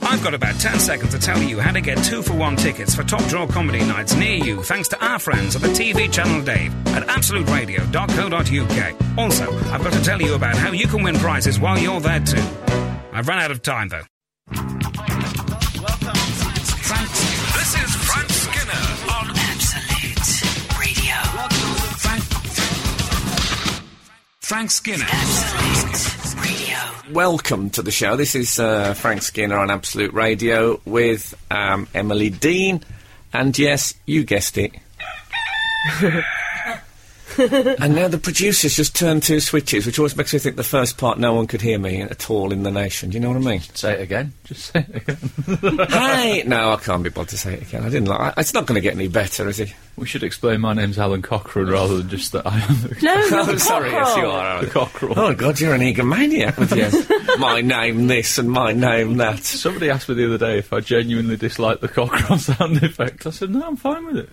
I've got about 10 seconds to tell you how to get two for one tickets for top draw comedy nights near you thanks to our friends at the TV channel Dave at absoluteradio.co.uk. Also, I've got to tell you about how you can win prizes while you're there too. I've run out of time though. This is Frank Skinner on Absolute Radio. Frank, Frank Skinner. Absolute Radio. Welcome to the show. This is uh, Frank Skinner on Absolute Radio with um, Emily Dean. And yes, you guessed it. and now the producers just turned two switches, which always makes me think the first part no one could hear me at all in the nation. Do you know what I mean? Say it again. Just say it again. hey! No, I can't be bothered to say it again. I didn't like I- It's not going to get any better, is it? We should explain my name's Alan Cochrane rather than just that I am the, No, you're Oh, the sorry, yes, you cockerel. are. the Cockerel. Oh, God, you're an egomaniac with you. my name this and my name that. Somebody asked me the other day if I genuinely disliked the Cockerel sound effect. I said, no, I'm fine with it.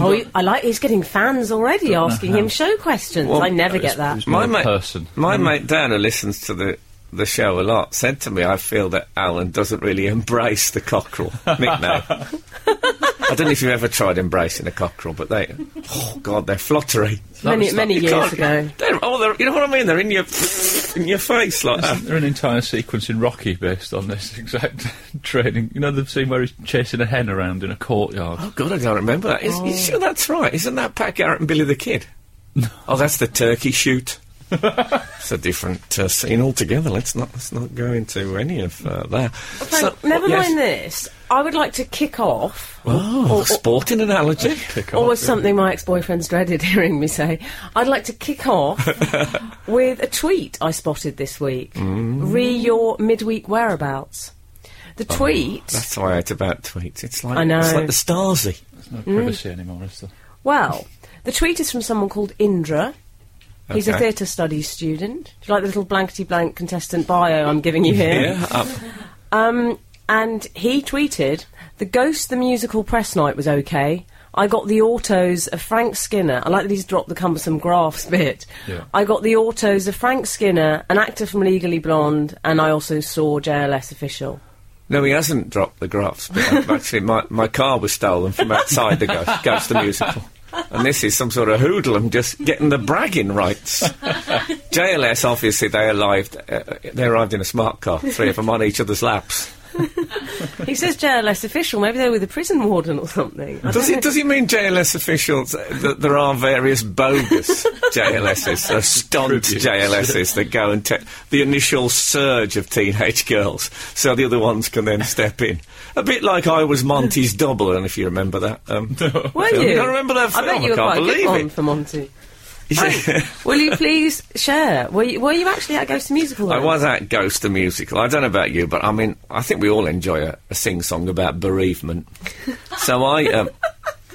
Oh, you- I like. He's getting fans already asking him show questions. I never get that. It's more a person. My mate Dan, who listens to the the show a lot, said to me, "I feel that Alan doesn't really embrace the cockerel nickname." I don't know if you've ever tried embracing a cockerel, but they, oh god, they're fluttery. Many many You years can't- ago. They're, oh, they're, you know what I mean? They're in your in your face like that. There's an entire sequence in Rocky based on this exact training. You know the scene where he's chasing a hen around in a courtyard? Oh god, I can't remember that. Is, you Oh. sure that's right? Isn't that Pat Garrett and Billy the Kid? oh, that's the turkey shoot. it's a different uh, scene altogether. Let's not let's not go into any of uh, that. Frank, So- never yes. mind this. I would like to kick off, Oh, sporting analogy. or was something my ex-boyfriends dreaded hearing me say. I'd like to kick off with a tweet I spotted this week. Mm. Re your midweek whereabouts. The tweet. Oh, That's why I hate about tweets. It's like I know. it's like the Stasi. There's no privacy anymore, is there? Well, the tweet is from someone called Indra. He's a Okay. theatre studies student. Do you like the little blankety blank contestant bio I'm giving you here? up. Um, and he tweeted, "The Ghost the musical press night was okay. I got the autos of Frank Skinner. I like that he's dropped the cumbersome graphs bit. Yeah. I got the autos of Frank Skinner, an actor from Legally Blonde, and I also saw JLS official. No, he hasn't dropped the graphs. But actually, my, my car was stolen from outside the Ghost, Ghost the Musical. And this is some sort of hoodlum just getting the bragging rights. JLS, obviously, they arrived, uh, they arrived in a smart car, three of them on each other's laps. He says JLS official. Maybe they were with a prison warden or something. I Does don't it, does it mean JLS officials uh, that there are various bogus JLSs, uh, stunt Tributes. JLSs that go and take the initial surge of teenage girls so the other ones can then step in? A bit like I was Monty's double, and if you remember that. Um, know. Were film. you? I remember that I bet film, you I can't were quite a good believe one it. for Monty. yeah. Will you please share? Were you, were you actually at Ghost the Musical? I then? was at Ghost the Musical. I don't know about you, but I mean, I think we all enjoy a, a sing song about bereavement. so I, um,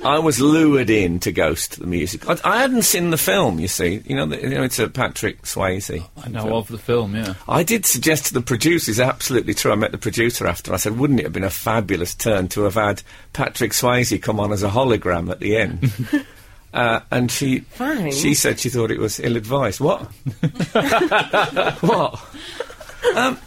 I was lured in to Ghost the Musical. I, I hadn't seen the film, you see. You know, the, you know it's a Patrick Swayze. I know of the film, yeah. I did suggest to the producers, absolutely true. I met the producer after. I said, wouldn't it have been a fabulous turn to have had Patrick Swayze come on as a hologram at the end? uh, and she, Fine. she said she thought it was ill advised. What? what? Um,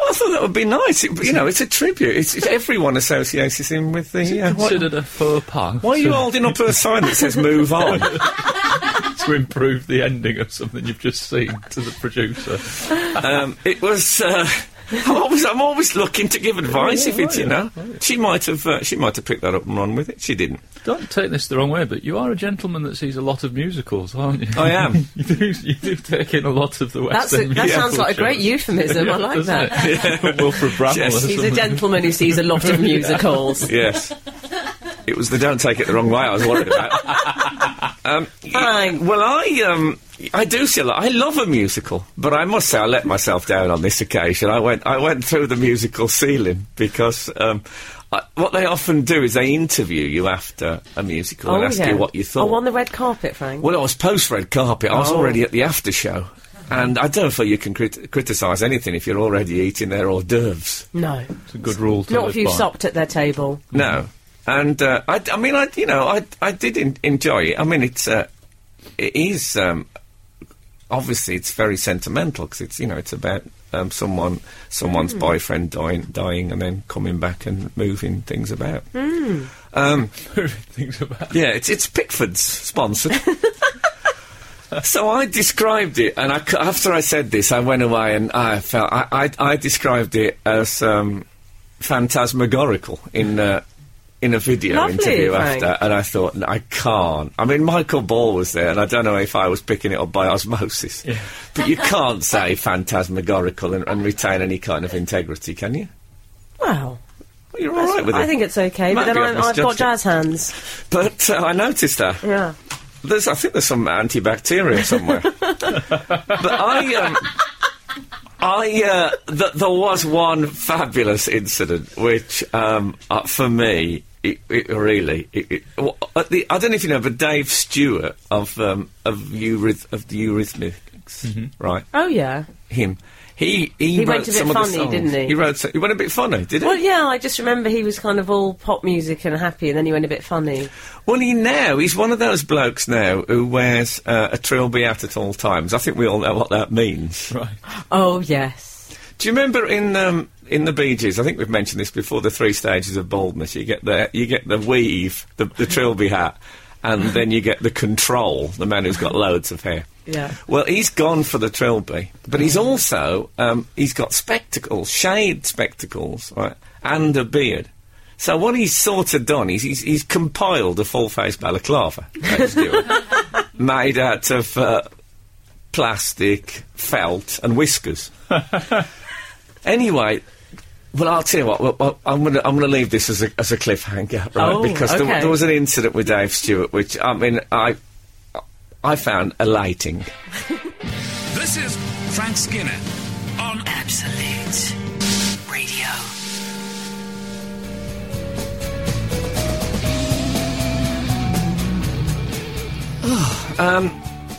I thought that would be nice. It, you know, it's a tribute. It's, it's everyone associates him with the. Uh, what- Considered a faux pas. why are you holding up a sign that says "Move on"? to improve the ending of something you've just seen to the producer. Um, it was. Uh, I'm always, I'm always looking to give advice if it's you know. Oh, She might have uh, she might have picked that up and run with it. She didn't. Don't take this the wrong way, but you are a gentleman that sees a lot of musicals, aren't you? I am. you, do, you do take in a lot of the West That's a, End that musical sounds like a great shows. euphemism. I Yeah, like doesn't that. it? Wilfred Bramwell. Yes. or He's a something. gentleman who sees a lot of musicals. Yes. it was the don't take it the wrong way I was worried about. um, Fine. Well, I um, I do see a lot. I love a musical, but I must say I let myself down on this occasion. I went I went through the musical ceiling because um, I, what they often do is they interview you after a musical and ask you what you thought. Oh, on the red carpet, Frank. Well, I was post red carpet. I was Oh. already at the after show. And I don't feel you can crit- criticise anything if you're already eating their hors d'oeuvres. no, It's a good rule to not live if you've by. sopped at their table. No. And uh, I, I mean, I you know, I I did in- enjoy it. I mean, it's uh, it is um, obviously it's very sentimental because it's you know it's about um, someone someone's boyfriend dying dying and then coming back and moving things about. Um, Things about yeah, it's it's Pickford's sponsored. so I described it, and I c after I said this, I went away and I felt I I, I described it as um, phantasmagorical in. Uh, in a video Lovely, interview Frank. after, and I thought, "No, I can't. I mean, Michael Ball was there, and I don't know if I was picking it up by osmosis. But you can't say phantasmagorical and, and retain any kind of integrity, can you? Well, Well, you're all right with it. I think it's okay, Might but then be I'm, I've misjudged got it. jazz hands. But uh, I noticed that. Yeah. There's, I think there's some antibacterial somewhere. but I, um, I, uh, th- there was one fabulous incident which, um, uh, for me, it, it really, it, it, w- at the, I don't know if you know, but Dave Stewart of um, of, Euryth- of the Eurythmics, right? Oh yeah. Him. He, he, went wrote a bit some of the funny, songs. didn't he? He wrote. so- He went a bit funny, did he? Well, yeah. I just remember he was kind of all pop music and happy, and then he went a bit funny. Well, he now he's one of those blokes now who wears uh, a trilby out at all times. I think we all know what that means. right. Oh yes. Do you remember in um, in the Bee Gees? I think we've mentioned this before. The three stages of baldness. You get the you get the weave, the, the trilby hat, and then you get the control, the man who's got loads of hair. Yeah. Well, he's gone for the trilby, but he's also um, he's got spectacles, shade spectacles, right, and a beard. So what he's sort of done is he's, he's compiled a full face balaclava, Dave Stewart, made out of uh, plastic, felt, and whiskers. anyway. Well, I'll tell you what. Well, well, I'm going to I'm going to leave this as a as a cliffhanger, right? Oh, because there, okay. there was an incident with Dave Stewart, which I mean, I I found elating. This is Frank Skinner on Absolute Radio.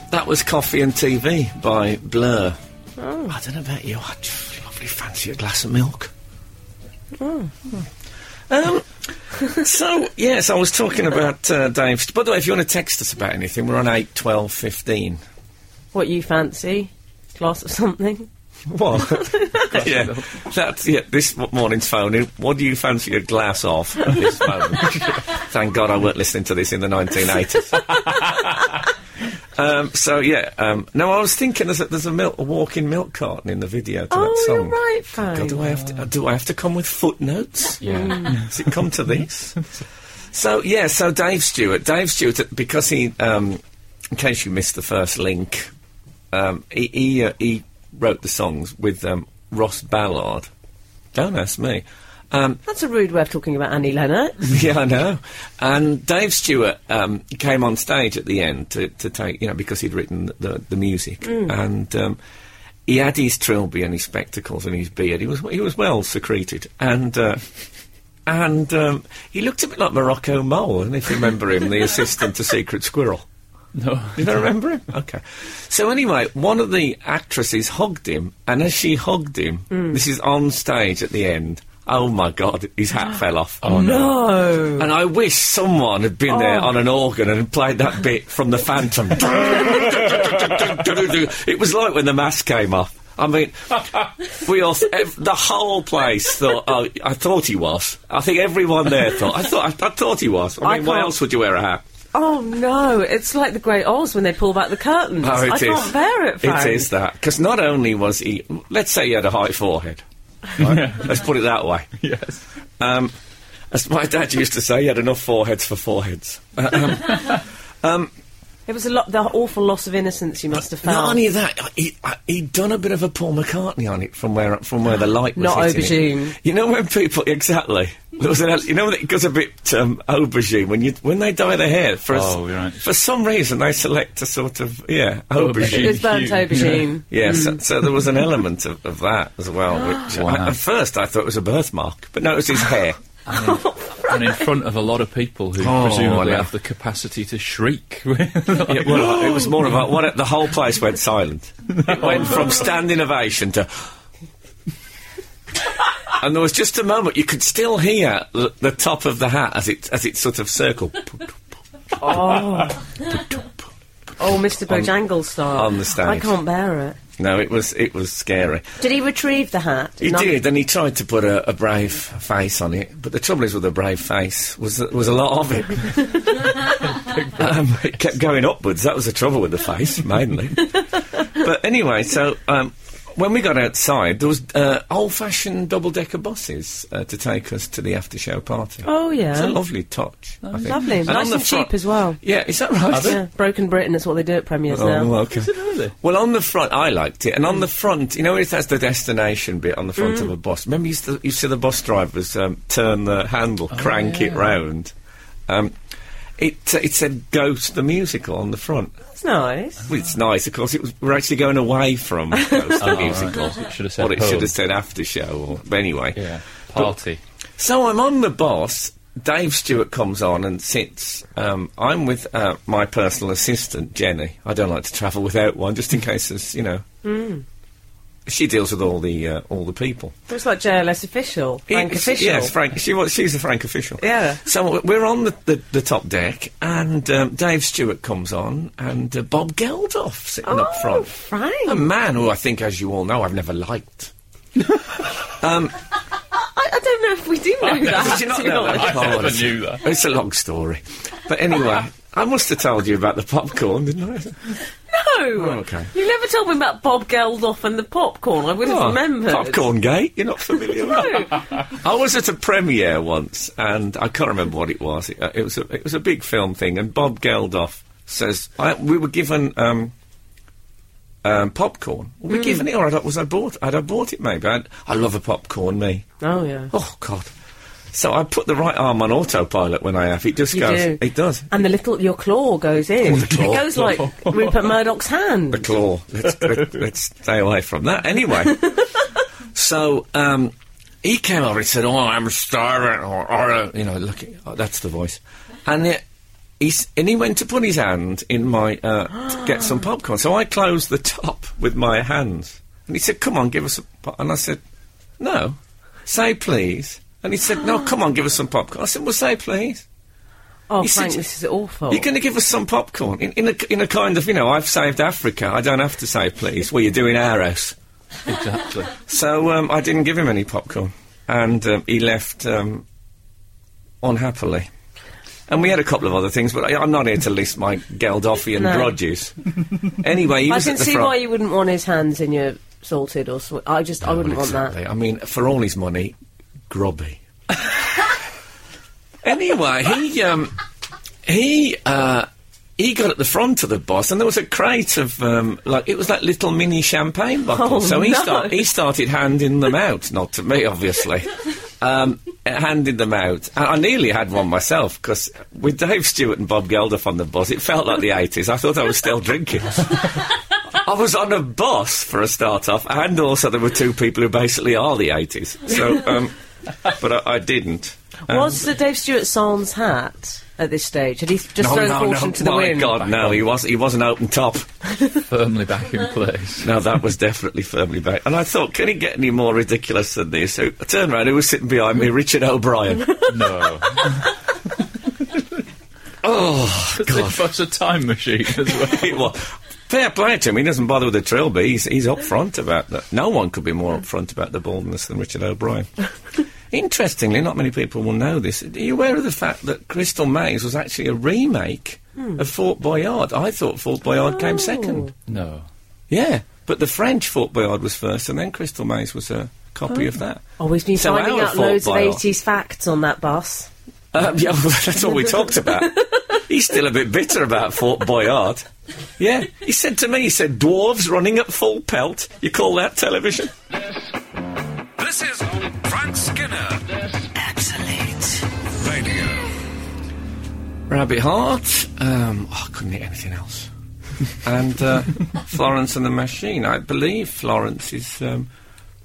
That was Coffee and TV by Blur. Oh. I don't know about you. I just lovely fancy a glass of milk. Oh. Um, so, yes, I was talking about uh, Dave. By the way, if you want to text us about anything, we're on 8, 12, 15. What you fancy? Glass of something. What? yeah, that's, yeah, this m- morning's phone. in. What do you fancy a glass of at this moment? Thank God I weren't listening to this in the 1980s. um, so, yeah. Um, no, I was thinking there's a, there's a, milk, a walking milk carton in the video to that Oh, song. you're right, God, Frank. do I have to? uh, Do I have to come with footnotes? Yeah. Does it come to this? so yeah, so Dave Stewart, Dave Stewart, uh, because he, um, in case you missed the first link, um, he he, uh, he wrote the songs with um, Ross Ballard. Don't ask me. Um, That's a rude way of talking about Annie Lennox. yeah, I know. And Dave Stewart um, came on stage at the end to, to take, you know, because he'd written the, the music. And um, he had his trilby and his spectacles and his beard. He was he was well secreted. And uh, and um, he looked a bit like Morocco Mole, and if you remember him, the assistant to Secret Squirrel. No. You don't remember him? Okay. So anyway, one of the actresses hugged him, and as she hugged him, Mm. this is on stage at the end. Oh my God, his hat fell off. Oh No. Oh. and I wish someone had been there on an organ and played that bit from The Phantom. it was like when the mask came off. I mean, we all, ev- the whole place thought, oh, I thought he was. I think everyone there thought, I thought, I, thought he was. I I mean, why can't- else would you wear a hat? Oh no! It's like the Great Oz when they pull back the curtains. Oh, it I is. can't bear it. Frank. It is that. Because not only was he, let's say he had a high forehead. right? Let's put it that way. Yes. Um, as my dad used to say, he had enough foreheads for foreheads. It was a lot. The awful loss of innocence you must have felt. Not only that, uh, he, uh, he'd done a bit of a Paul McCartney on it from where from where the light was. Not hitting it. aubergine. You know when people exactly. There was an, ele- you know when it goes a bit um, aubergine when you when they dye their hair for a s- Oh, you're right. for some reason they select a sort of yeah Aubergine. aubergine. it was burnt Yeah. aubergine. Yeah, so, so there was an element of, of that as well. Which I, Wow. at first I thought it was a birthmark, but no, it was his hair. and in front of a lot of people who Oh, presumably no. have the capacity to shriek. "Oh!" Yeah, well, it was more of a what the whole place went silent. It went from standing ovation to. And there was just a moment you could still hear the, the top of the hat as it as it sort of circled. Oh, Oh, Mr. Bojangles style. on the stage. I can't bear it. No, it was it was scary. Did he retrieve the hat? He Not- did, and he tried to put a, a brave face on it. But the trouble is with a brave face was that there was a lot of it. um, it kept going upwards. That was the trouble with the face mainly. but anyway, so um, when we got outside, there was uh, old-fashioned double-decker buses uh, to take us to the after-show party. Oh, yeah. Oh, it's a lovely touch. I think. Lovely. on Nice the and front- cheap as well. Yeah, is that right? Yeah, Broken Britain is what they do at premieres now. Oh, okay. really? Well, on the front, I liked it, and on the front, you know, if that's the destination bit on the front of a bus. Remember, you used to, you see the bus drivers um, turn the handle, crank it round. Um, it uh, it said "Ghost the Musical" on the front. That's nice. Well, it's nice, of course. It was we're actually going away from Ghost the Musical. right. It should have said what it should home. have said after show, or but anyway. Yeah. Party. So I'm on the bus. Dave Stewart comes on and sits. Um, I'm with uh, my personal assistant, Jenny. I don't like to travel without one, just in case, there's, you know. Hmm. She deals with all the uh, all the people. Looks like JLS official. Frank It's- official. Yes, Frank. She was. She's a Frank official. Yeah. So w- we're on the, the, the top deck, and um, Dave Stewart comes on, and uh, Bob Geldof sitting Oh, up front. Um, Frank. A man who I think, as you all know, I've never liked. I, I don't know if we do know that. Did you not to be know honest. that? I never Oh, it's- knew that. It's a long story. But anyway, I must have told you about the popcorn, didn't I? No. Oh, okay. You never told me about Bob Geldof and the popcorn. I would have Oh, remembered. Popcorn Gate, you're not familiar with that? I was at a premiere once, and I can't remember what it was. It, uh, it, was, a, it was a big film thing, and Bob Geldof says, I, We were given. Um, um, popcorn. Were Hmm. we given it, or had I, was I bought? Had I bought it? Maybe. I'd, I love a popcorn, me. Oh, yeah. Oh God! So I put the right arm on autopilot when I have. It just You goes. do. It does. Oh, And the little, your claw goes in. claw. It goes like Rupert Murdoch's hand. the claw. Let's, let, let's stay away from that. Anyway, so um, he came over and said, "Oh, I'm starving," or, or uh, you know, look, oh, that's the voice, and it. He, s- and he went to put his hand in my uh, to get some popcorn. So I closed the top with my hands, and he said, "Come on, give us." a po-" And I said, "No, say please." And he said, "No, come on, give us some popcorn." I said, "Well, say please." oh, He said- Frank, this is awful. You're going to give us some popcorn in, in, a, in a kind of, you know, I've saved Africa. I don't have to say please. Well, you're doing our house. Exactly. So um, I didn't give him any popcorn. And um, he left um, unhappily. And we had a couple of other things, but I, I'm not here to list my Geldoffian No. grudges. anyway, he I was can at the see front. why you wouldn't want his hands in your salted or sweet. I just, I wouldn't Well, want exactly. I mean, for all his money, grubby. anyway, he um, he uh, he got at the front of the bus, and there was a crate of um, like it was like little mini champagne bottles. Oh, so he no. start, he started handing them out, not to me, obviously. Um, handed them out. And I nearly had one myself because with Dave Stewart and Bob Geldof on the bus, it felt like the 80s. I thought I was still drinking. I was on a bus for a start off, and also there were two people who basically are the 80s. So, um, but I, I didn't. that. Was the Dave Stewart Sans hat at this stage? Had he just No, thrown no, caution no, to the my wind? God, no, he was he wasn't open top. Firmly back in place. No, that was definitely firmly back. And I thought, can it get any more ridiculous than this? So I turned around, who was sitting behind me? Richard O'Brien. No. oh, God. That's a time machine as well. it was. Fair play to him. He doesn't bother with the trilby. He's, he's upfront about that. No one could be more upfront about the baldness than Richard O'Brien. Interestingly, not many people will know this. Are you aware of the fact that Crystal Maze was actually a remake Hmm. of Fort Boyard? I thought Fort Boyard Oh. came second. No. Yeah, but the French Fort Boyard was first, and then Crystal Maze was a copy of that. Oh, we've been So finding our out fault loads of by all. 80s facts on that bus. Um, yeah, well, that's all we talked about. He's still a bit bitter about Fort Boyard. Yeah, he said to me, he said, dwarves running at full pelt. You call that television? This is Frank Skinner Absolute Radio. Rabbit Heart. Um, oh, I couldn't eat anything else. and uh, Florence and the Machine. I believe Florence is um,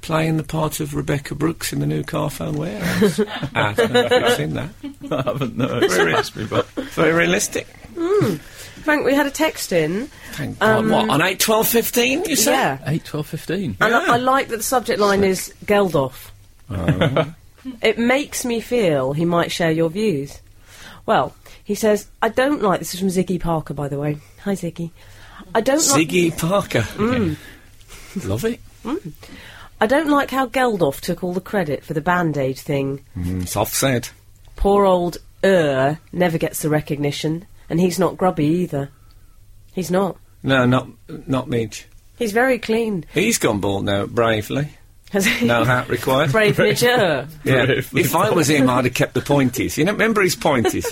playing the part of Rebecca Brooks in the new Carphone Warehouse. I don't know if you've seen that. I haven't no. It's Really? passed me by. Very realistic. Frank, we had a text in. Thank God. What, on 8, 12, 15, you said? Yeah. 8, 12, 15. And Yeah. I, I like that the subject line is Geldof. Oh. it makes me feel he might share your views. Well, He says, I don't like this is from Ziggy Parker, by the way. Hi, Ziggy. I don't like Ziggy Parker. Love it. I don't like how Geldof took all the credit for the band aid thing. Mm, soft said. Poor old Ur never gets the recognition, and he's not grubby either. He's not. No, not not Midge. He's very clean. He's gone bald now, bravely. Has he? No hat required. Brave Midger. Yeah. Bravely If I was him, I'd have kept the pointies. You know, remember his pointies?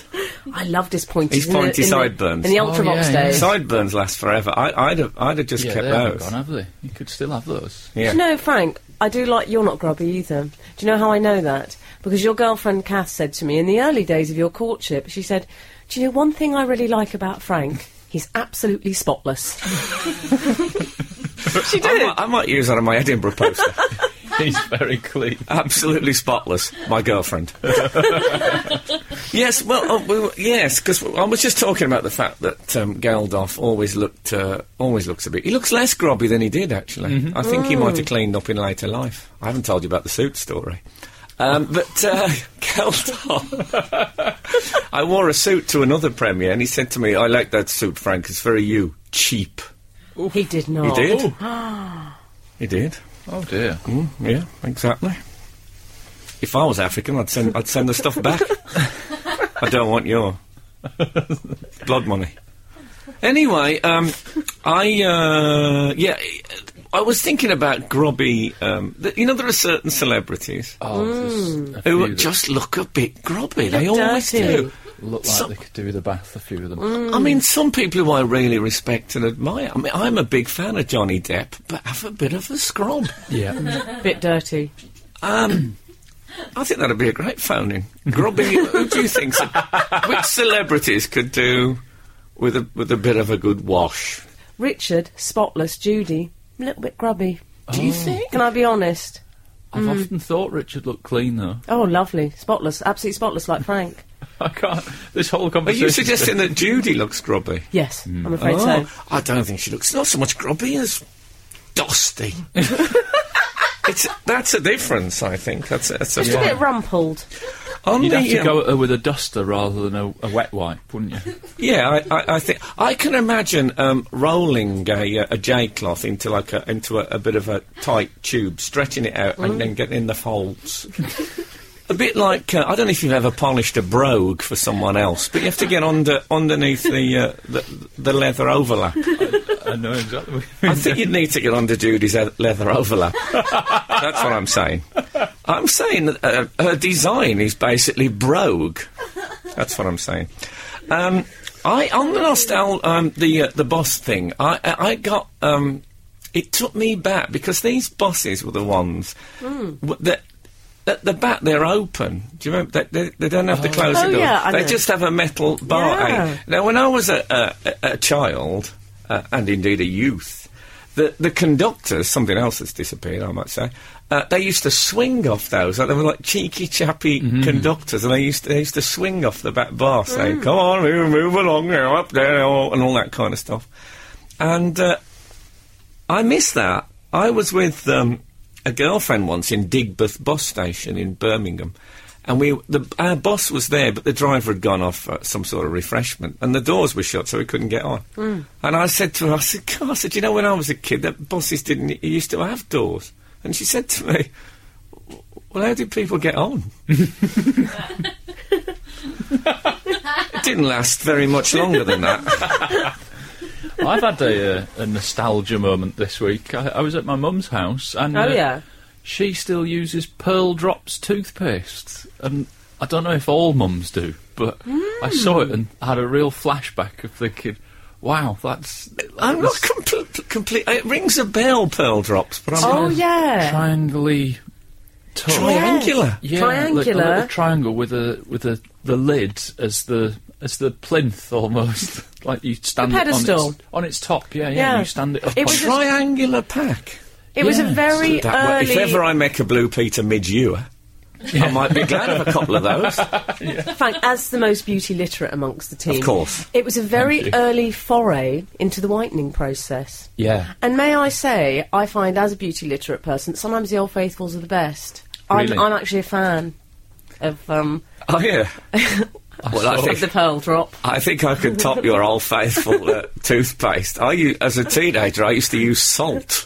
I loved his pointy. His pointy sideburns. In the Oh, Ultravox yeah, yeah. days. Sideburns last forever. I, I'd have, I'd have just Yeah, kept they haven't those. gone, have they? You could still have those. Yeah. Do you know, Frank, I do like you're not grubby either. Do you know how I know that? Because your girlfriend Kath said to me in the early days of your courtship, she said, Do you know one thing I really like about Frank? He's absolutely spotless. she I did. might, I might use that on my Edinburgh poster. He's very clean. Absolutely spotless. My girlfriend. yes, well, uh, we were, yes, because I was just talking about the fact that um, Geldof always looked, uh, always looks a bit. He looks less grubby than he did actually. I think he might have cleaned up in later life. I haven't told you about the suit story. Um, but uh, Geldof, I wore a suit to another premiere, and he said to me, "I like that suit, Frank. It's very you, cheap." He did not. He did. he did. Oh dear. Yeah, exactly. If I was African, I'd send I'd send the stuff back. I don't want your blood money. Anyway, um, I uh, yeah, I was thinking about grubby. Um, th- you know, there are certain celebrities Oh, there's a few who that just look a bit grubby. They look always dirty. Hmm. do. look like some- they could do with a bath. A few of them. I mean, some people who I really respect and admire. I mean, I'm a big fan of Johnny Depp, but have a bit of a scrub. Yeah. Bit dirty. Um, I think that'd be a great phone in. Grubby, who do you think? so- Which celebrities could do with a with a bit of a good wash? Richard, spotless. Judy, a little bit grubby. Do you think? Can I be honest? I've often thought Richard looked clean though. Oh, lovely. Spotless. Absolutely spotless, like Frank. I can't. This whole Are conversation. you suggesting that Judy looks grubby? Yes, I'm Oh. afraid so. I don't think she looks not so much grubby as dusty. it's that's a difference, I think. That's a, that's a, Just a bit rumpled. On You'd the, have to um, go at her with a duster rather than a, a wet wipe, wouldn't you? Yeah, I, I, I think I can imagine um, rolling a, uh, a J cloth into like a, into a, a bit of a tight tube, stretching it out, and then getting in the folds. a bit like uh, I don't know if you've ever polished a brogue for someone else, but you have to get under underneath the uh, the, the leather overlap. I know exactly. what I you mean. think you'd need to get under Judy's e- leather overlap. That's what I'm saying. I'm saying that uh, her design is basically brogue. That's what I'm saying. Um, I on the nostal um, the uh, the boss thing. I I I got. Um, it took me back because these bosses were the ones Hmm. w- that. At the back, they're open. Do you remember? They, they, they don't have to close Oh, the door. yeah, I they know. just have a metal bar. Yeah. eh? Now, when I was a, a, a- a child, uh, and indeed a youth, the, the conductors, something else that's disappeared, I might say, uh, they used to swing off those. Like, they were like cheeky, chappy conductors, and they used, to, they used to swing off the back bar saying, Come on, move, move along, you know, up there, oh," and all that kind of stuff. And uh, I miss that. I was with um, a girlfriend once in Digbeth bus station in Birmingham, and we the, our bus was there, but the driver had gone off uh, some sort of refreshment, and the doors were shut, so we couldn't get on. And I said to her, I said, God, I said, you know, when I was a kid, that buses didn't y- used to have doors, and she said to me. Well, how did people get on? it didn't last very much longer than that. I've had a, uh, a nostalgia moment this week. I, I was at my mum's house, and Oh, uh, yeah. she still uses Pearl Drops toothpaste, and I don't know if all mums do, but I saw it and had a real flashback of thinking, "Wow, that's." I'm not complete. complete it rings a bell, pearl drops, but I'm Oh, not yeah. triangly tub. triangular. yeah, Triangular. Like a little triangle with a with a the lid as the as the plinth almost like you stand The it on pedestal. its, on its top. Yeah, yeah, Yeah. You stand it up. It on was its- just- Triangular pack. It was a Yeah. very That way- early. if ever I make a blue Peter mid ewer, I might be glad of a couple of those. Frank, as the most beauty literate amongst the team, Of course. it was a very Thank you. early foray into the whitening process. yeah. And may I say, I find as a beauty literate person, sometimes the old faithfuls are the best. Really? I'm, I'm actually a fan of. Um, Oh yeah, Well, I With the think, pearl drop. I think I could top your old faithful uh, toothpaste. I, u- as a teenager, I used to use salt.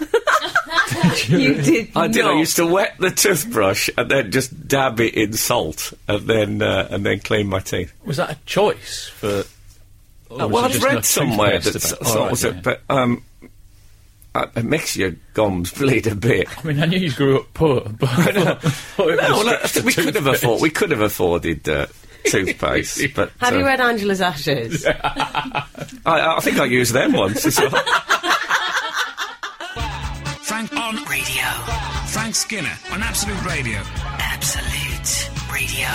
You did. I did. Not. I used to wet the toothbrush and then just dab it in salt, and then uh, and then clean my teeth. Oh, Was that a choice for? or was Uh, well, it I've Oh, just read not somewhere toothpaste that s- about- salt Alright, was yeah. it, but um, uh, it makes your gums bleed a bit. I mean, I knew you grew up poor, but I thought- thought it No, was look, just a we could have toothpaste. afforded we could have afforded uh, toothpaste, but Have uh, you read Angela's Ashes? I, I think I used them once as well. Frank on Radio. Frank Skinner on Absolute Radio. Absolute Radio.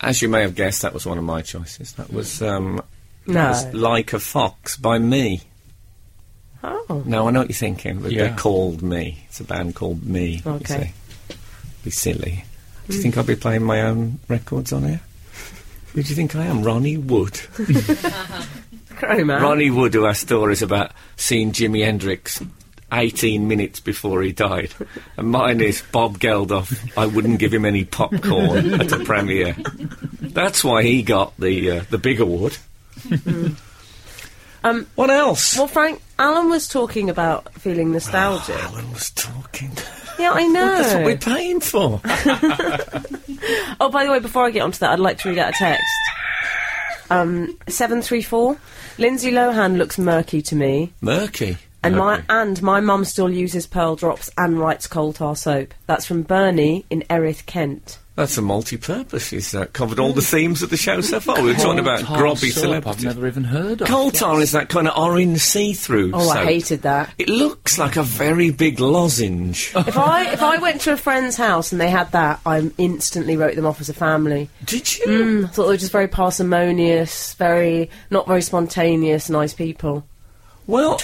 As you may have guessed, that was one of my choices. That was, um, No. was Like a Fox by me. Oh. Now, I know what you're thinking, but Yeah. they're called Me. It's a band called Me. you Okay. see. Be silly. Do you think I'll be playing my own records on air? Who do you think I am? Ronnie Wood. Crow man. Ronnie Wood, who has stories about seeing Jimi Hendrix 18 minutes before he died. And mine is Bob Geldof. I wouldn't give him any popcorn at a premiere. That's why he got the uh, the big award. um, what else? Well, Frank, Alan was talking about feeling nostalgic. Oh, Alan was talking. yeah, I know. That's what we're paying for. Oh, by the way, before I get onto that, I'd like to read out a text. Um, seven three four. Lindsay Lohan looks murky to me, Murky. and my and my mum still uses pearl drops and writes coal tar soap. That's from Bernie in Erith, Kent. That's a multi-purpose. It's uh, covered all the themes of the show so far. We were talking about Coal tar grobby soap I've celebrities. never even heard of. Coal tar is that kind of orange see-through. Oh, I soap. hated that. It looks like a very big lozenge. If I if I went to a friend's house and they had that, I instantly wrote them off as a family. Did you? I thought they were just very parsimonious, very not very spontaneous, nice people. Well,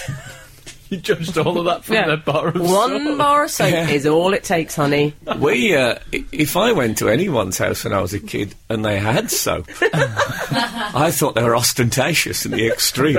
You judged all of that from Yeah. their bar of One soap. bar of soap Yeah. is all it takes, honey. we, uh, i- if I went to anyone's house when I was a kid and they had soap, I thought they were ostentatious in the extreme.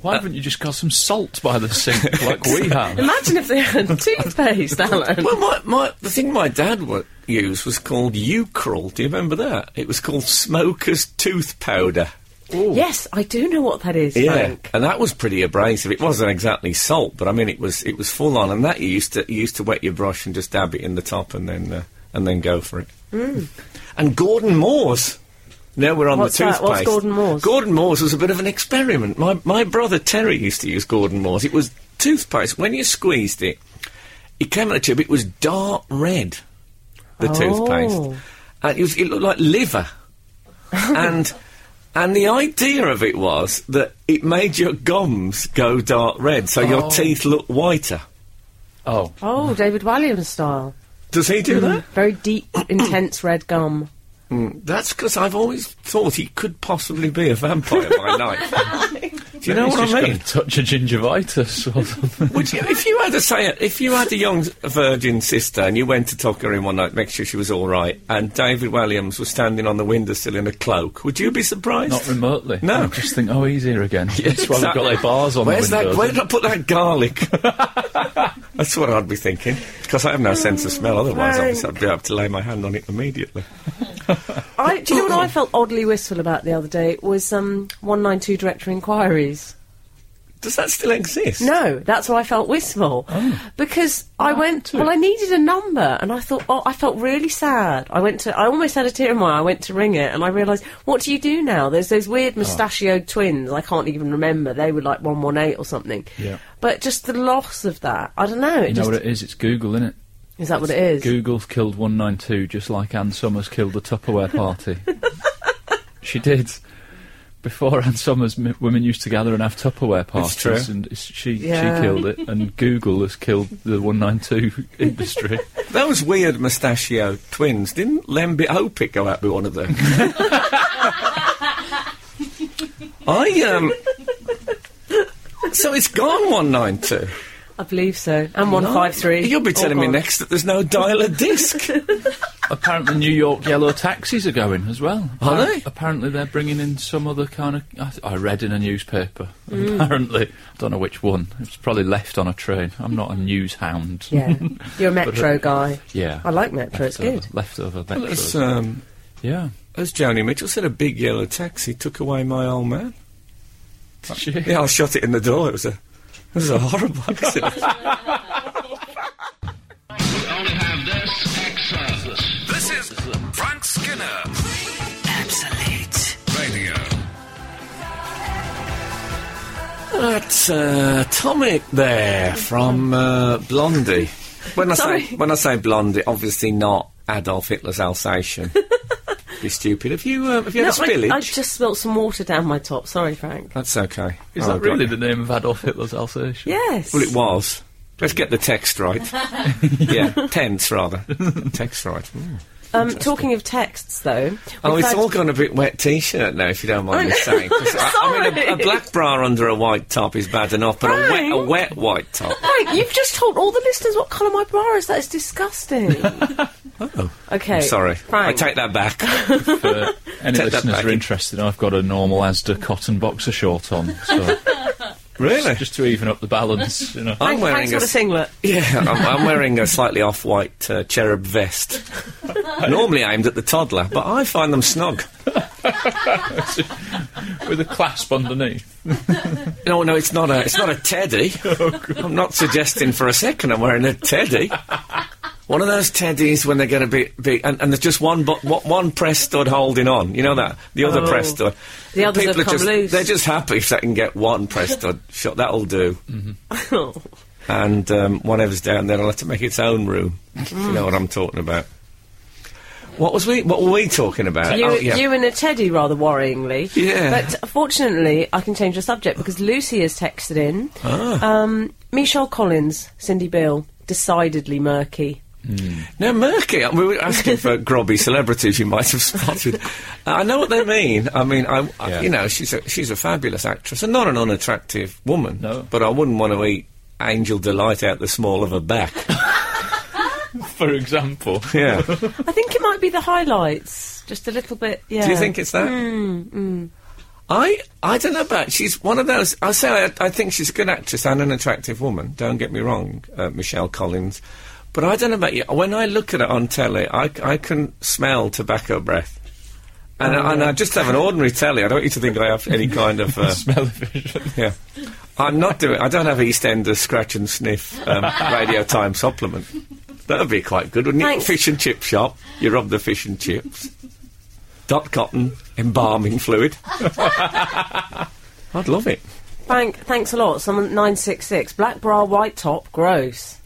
Why haven't you just got some salt by the sink like we have? Imagine if they had toothpaste, Alan. well, my, my, the thing my dad would use was called Eucrol. Do you remember that? It was called smoker's tooth powder. Yes, I do know what that is, Frank. and that was pretty abrasive. It wasn't exactly salt, but I mean, it was it was full on. And that you used to you used to wet your brush and just dab it in the top, and then uh, and then go for it. And Gordon Moore's. Now we're on Mm. What's the that? toothpaste. What's Gordon Moores? Gordon Moore's was a bit of an experiment. My my brother Terry used to use Gordon Moore's. It was toothpaste. When you squeezed it, it came out of the tube. It was dark red. The Oh. toothpaste. And it, was, it looked like liver and and the idea of it was that it made your gums go dark red, so your teeth look whiter. Oh, Oh, David Walliams style. Does he Mm. do that? Very deep, intense red gum. That's because I've always thought he could possibly be a vampire by night. do you know he's what just I got a mean? touch of gingivitis or something. Would you, if you had a say, if you had a young virgin sister and you went to tuck her in one night, make sure she was all right, and David Williams was standing on the windowsill in a cloak, would you be surprised? Not remotely. No. I just think, oh, he's here again. That's Exactly. why we've got their bars on Where's the that? windows. Where did I put that garlic? That's what I'd be thinking. Because I have no sense of smell. Otherwise, Frank. obviously, I'd be able to lay my hand on it immediately. I, do you know what I felt oddly wistful about the other day? It was um, 192 Director Inquiries. Does that still exist? No, that's why I felt wistful. Oh. Because I went, well, I needed a number, and I thought, oh, I felt really sad. I went to, I almost had a tear in my eye. I went to ring it, and I realised, what do you do now? There's those weird Oh. mustachioed twins, I can't even remember. They were like 118 or something. Yeah. But just the loss of that, I don't know. It You know just, what it is? It's Google, isn't it? is that what it is? Google's killed 192 just like Anne Summers killed the Tupperware party. she did. Before Anne Summers, m- women used to gather and have Tupperware parties, true. and it's- she Yeah. she killed it, and Google has killed the 192 industry. Those weird mustachio twins, didn't Lemby Opic go out with one of them? I, um. So it's gone 192. I believe so. And 153. You'll be All telling me gone. next that there's no dial a disc. Apparently, New York yellow taxis are going as well. Are Appar- they? Apparently, they're bringing in some other kind of. I, th- I read in a newspaper. Mm. Apparently, I don't know which one. It's probably left on a train. I'm not a news hound. Yeah. You're a Metro uh, guy. Yeah. I like Metro, it's Leftover- good. Leftover metro. Let's, um, Yeah. As Joni Mitchell said, a big yellow taxi took away my old man. Shit. Yeah, I shot it in the door. It was a, it was a horrible accident. This is Frank Skinner Absolute. Radio. That's uh, Atomic there from uh, Blondie. When I Sorry. say when I say Blondie, obviously not Adolf Hitler's Alsatian. Be stupid. Have you uh, have you No, had a spillage? I, I just spilt some water down my top. Sorry, Frank. That's okay. Is Oh, that I've got really you. the name of Adolf Hitler's Alsatian? Yes. Well, it was. Let's get the text right. yeah, tense rather. text right. Mm. um, talking of texts, though. Oh, we've it's had- all gone a bit wet T-shirt now, if you don't mind me saying. 'Cause I, I mean, a, a Oh, Sorry. black bra under a white top is bad enough, but a wet, a Frank. wet white top. Frank, you've just told all the listeners what colour my bra is. That is disgusting. Okay. Oh. I'm sorry, I Frank. take that back. For any Take that listeners back who are in. interested, I've got a normal Asda cotton boxer short on, so really? Ah. just to even up the balance, you know. I'm Frank, Frank's wearing a got a singlet. Yeah, I'm, I'm wearing a slightly off-white uh, cherub vest, normally aimed at the toddler, but I find them snug. With a clasp underneath. No, no, it's not a, it's not a teddy. I'm not suggesting for a second I'm wearing a teddy. One of those teddies when they get a bit big, and, and there's just one, bo- what, one press stud holding on. You know that the other Oh. press stud. The others People have are come just, loose. They're just happy if they can get one press stud shot. That'll do. Oh. Uh, and um, whatever's down there, I'll have to make its own room. if You know what I'm talking about. What was we? What were we talking about? You, Oh, yeah. you and a teddy, rather worryingly. Yeah. But fortunately, I can change the subject because Lucy has texted in. Ah. Um, Michelle Collins, Cindy Bill, decidedly murky. Now, murky. We were asking for grobby celebrities. You might have spotted. I know what they mean. I mean, I, I- Yeah. you know, she's a, she's a fabulous actress and not an unattractive woman. No. But I wouldn't want to eat angel delight out the small of her back. For example. yeah. I think it might be the highlights, just a little bit. Yeah. Do you think it's that? I I don't know about. She's one of those. I say I, I think she's a good actress and an attractive woman. Don't get me wrong, uh, Michelle Collins. But I don't know about you. When I look at her on telly, I, I can smell tobacco breath. And, I, and I just have an ordinary telly. I don't want you to think I have any kind of. Uh, Television. yeah. I'm not doing. I don't have EastEnders scratch and sniff um, radio time supplement. That would be quite good, wouldn't Thanks. it? Fish and chip shop. You rub the fish and chips. Dot cotton embalming fluid. I'd love it. Frank, thanks a lot. Someone nine six six black bra, white top, gross.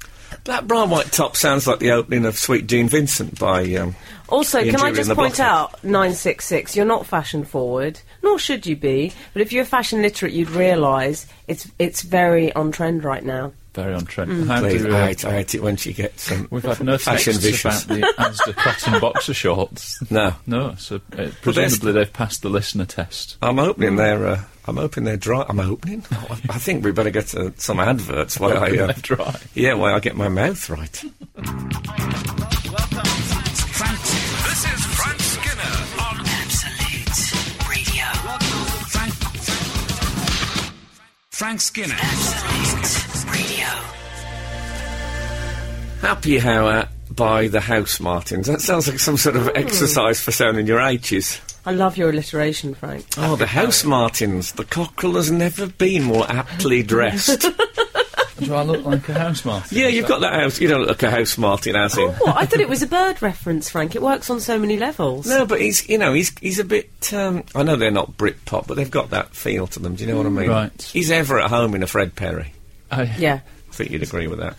That brown white top sounds like the opening of Sweet Jean Vincent by. Um, Also, The can I injury in just the point bottom. out, 966, you're not fashion forward, nor should you be, but if you're fashion literate, you'd realise it's, it's very on trend right now. Very on trend. How do please, you, uh, I, hate, I hate it when she gets. Um, We've had no Fashion texts vicious. about the Asda cotton boxer shorts. no, No, so uh, presumably they've passed the listener test. I'm opening their. Uh, I'm opening their dry. I'm opening. I, I think we better get uh, some adverts while I. Uh, Left, right. yeah, while I get my mouth right. Frank, this is Frank Skinner on Absolute Radio. Frank. Frank Skinner. Absolute Radio. Happy Hour by the House Martins. That sounds like some sort of exercise for sounding your H's. I love your alliteration, Frank. Oh, the House Martins. The cockerel has never been more aptly dressed. Do I look like a house martin? yeah, you've got that house. You don't look a House Martin, as in. What? Oh, I thought it was a bird reference, Frank. It works on so many levels. No, but he's, you know, he's he's a bit. Um, I know they're not Britpop, but they've got that feel to them. Do you know what I mean? Right. He's ever at home in a Fred Perry. I, Yeah, I think you'd agree with that.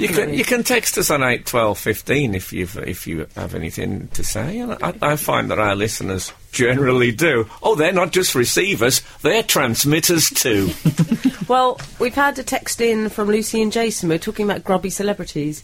you can definitely. you can text us on eight twelve fifteen if you have if you have anything to say. And I, I find that our listeners generally do. Oh, they're not just receivers; they're transmitters too. Well, we've had a text in from Lucy and Jason. We're talking about grubby celebrities.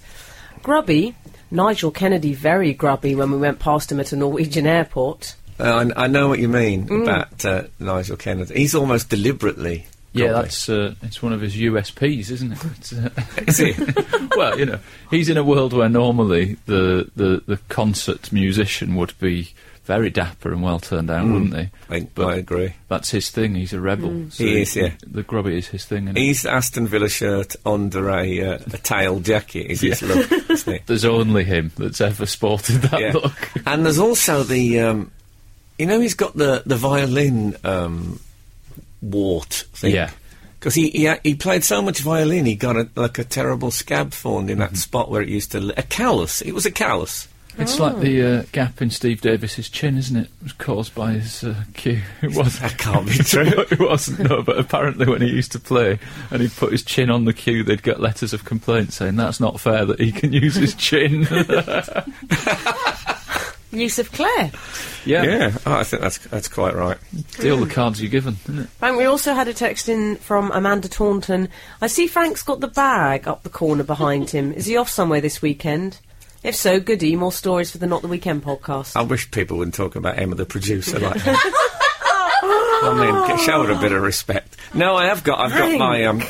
Grubby, Nigel Kennedy, very grubby when we went past him at a Norwegian airport. Uh, I, I know what you mean about uh, Nigel Kennedy. He's almost deliberately. yeah, grumpy. that's uh, it's one of his USPs, isn't it? It's, uh, Is he? well, you know, he's in a world where normally the, the, the concert musician would be very dapper and well turned out, wouldn't he? Hmm. I, I agree. That's his thing. He's a rebel. So He is, yeah. The grubby is his thing. And He's Aston Villa shirt under a, uh, a tail jacket is his look, isn't it? there's only him that's ever sported that Yeah. look. and there's also the, um, you know, he's got the the violin um, wart thing. Yeah. Because he, he he played so much violin, he got a, like a terrible scab formed Mm-hmm. in that spot where it used to li- a callus. It was a callus. It's like the uh, gap in Steve Davis's chin, isn't it? It was caused by his uh, cue. It was. That can't be true. it wasn't, no, but apparently when he used to play and he put his chin on the cue, they'd get letters of complaint saying that's not fair that he can use his chin. Use of Claire. yeah, yeah, oh, I think that's that's quite right. deal the cards you're given, isn't it? Frank, we also had a text in from Amanda Taunton. I see Frank's got the bag up the corner behind him. Is he off somewhere this weekend? If so, goody. More stories for the Not the Weekend podcast. I wish people wouldn't talk about Emma the producer like that. I mean, g- show her a bit of respect. No, I have got. I've got my. Um,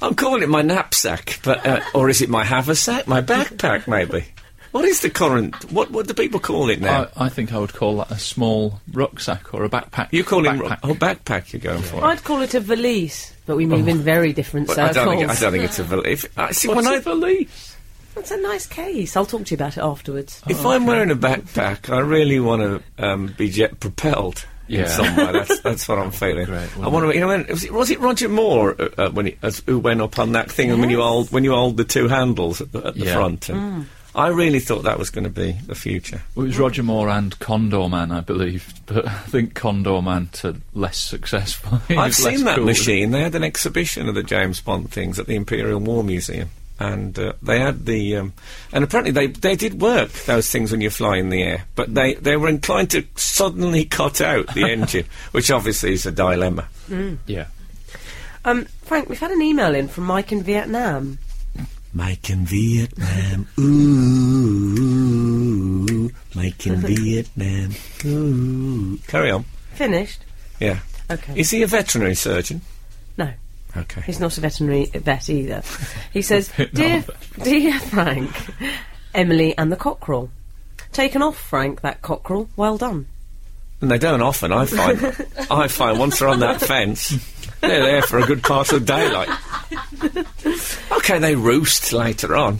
I'm calling it my knapsack, but uh, or is it my haversack? My backpack, maybe. What is the current? What what do people call it now? I, I think I would call that a small rucksack or a backpack. you call it backpack. oh backpack? You're going for. I'd call it a valise, but we move in very different But Oh. I circles. don't think I don't think it's a val- if I see when I That's a nice case. I'll talk to you about it afterwards. if I'm wearing a backpack, I really want to um, be jet propelled. Yeah. In some way. That's, that's what I'm feeling. great, I want to. You know, when, was, it, was it Roger Moore uh, uh, when he, as, who went up on that thing and when you hold when you hold the two handles at the, at the Yeah. front? And I really thought that was going to be the future. It was Roger Moore and Condor Man, I believe, but I think Condor Man to less successful. He I've was less seen that cool. machine. They had an exhibition of the James Bond things at the Imperial War Museum. And uh, they had the, um, and apparently they, they did work those things when you fly in the air, but they, they were inclined to suddenly cut out the engine, which obviously is a dilemma. Yeah. Um, Frank, we've had an email in from Mike in Vietnam. Mike in Vietnam, ooh, Mike in Vietnam, ooh. Carry on. Finished? Yeah. Okay. Is he a veterinary surgeon? no, Okay. he's not a veterinary vet either. He says, dear, dear Frank, Emily and the cockerel. Taken off, Frank, that cockerel. Well done. And they don't often, I find. I find once they're on that fence, they're there for a good part of the daylight. Okay, they roost later on.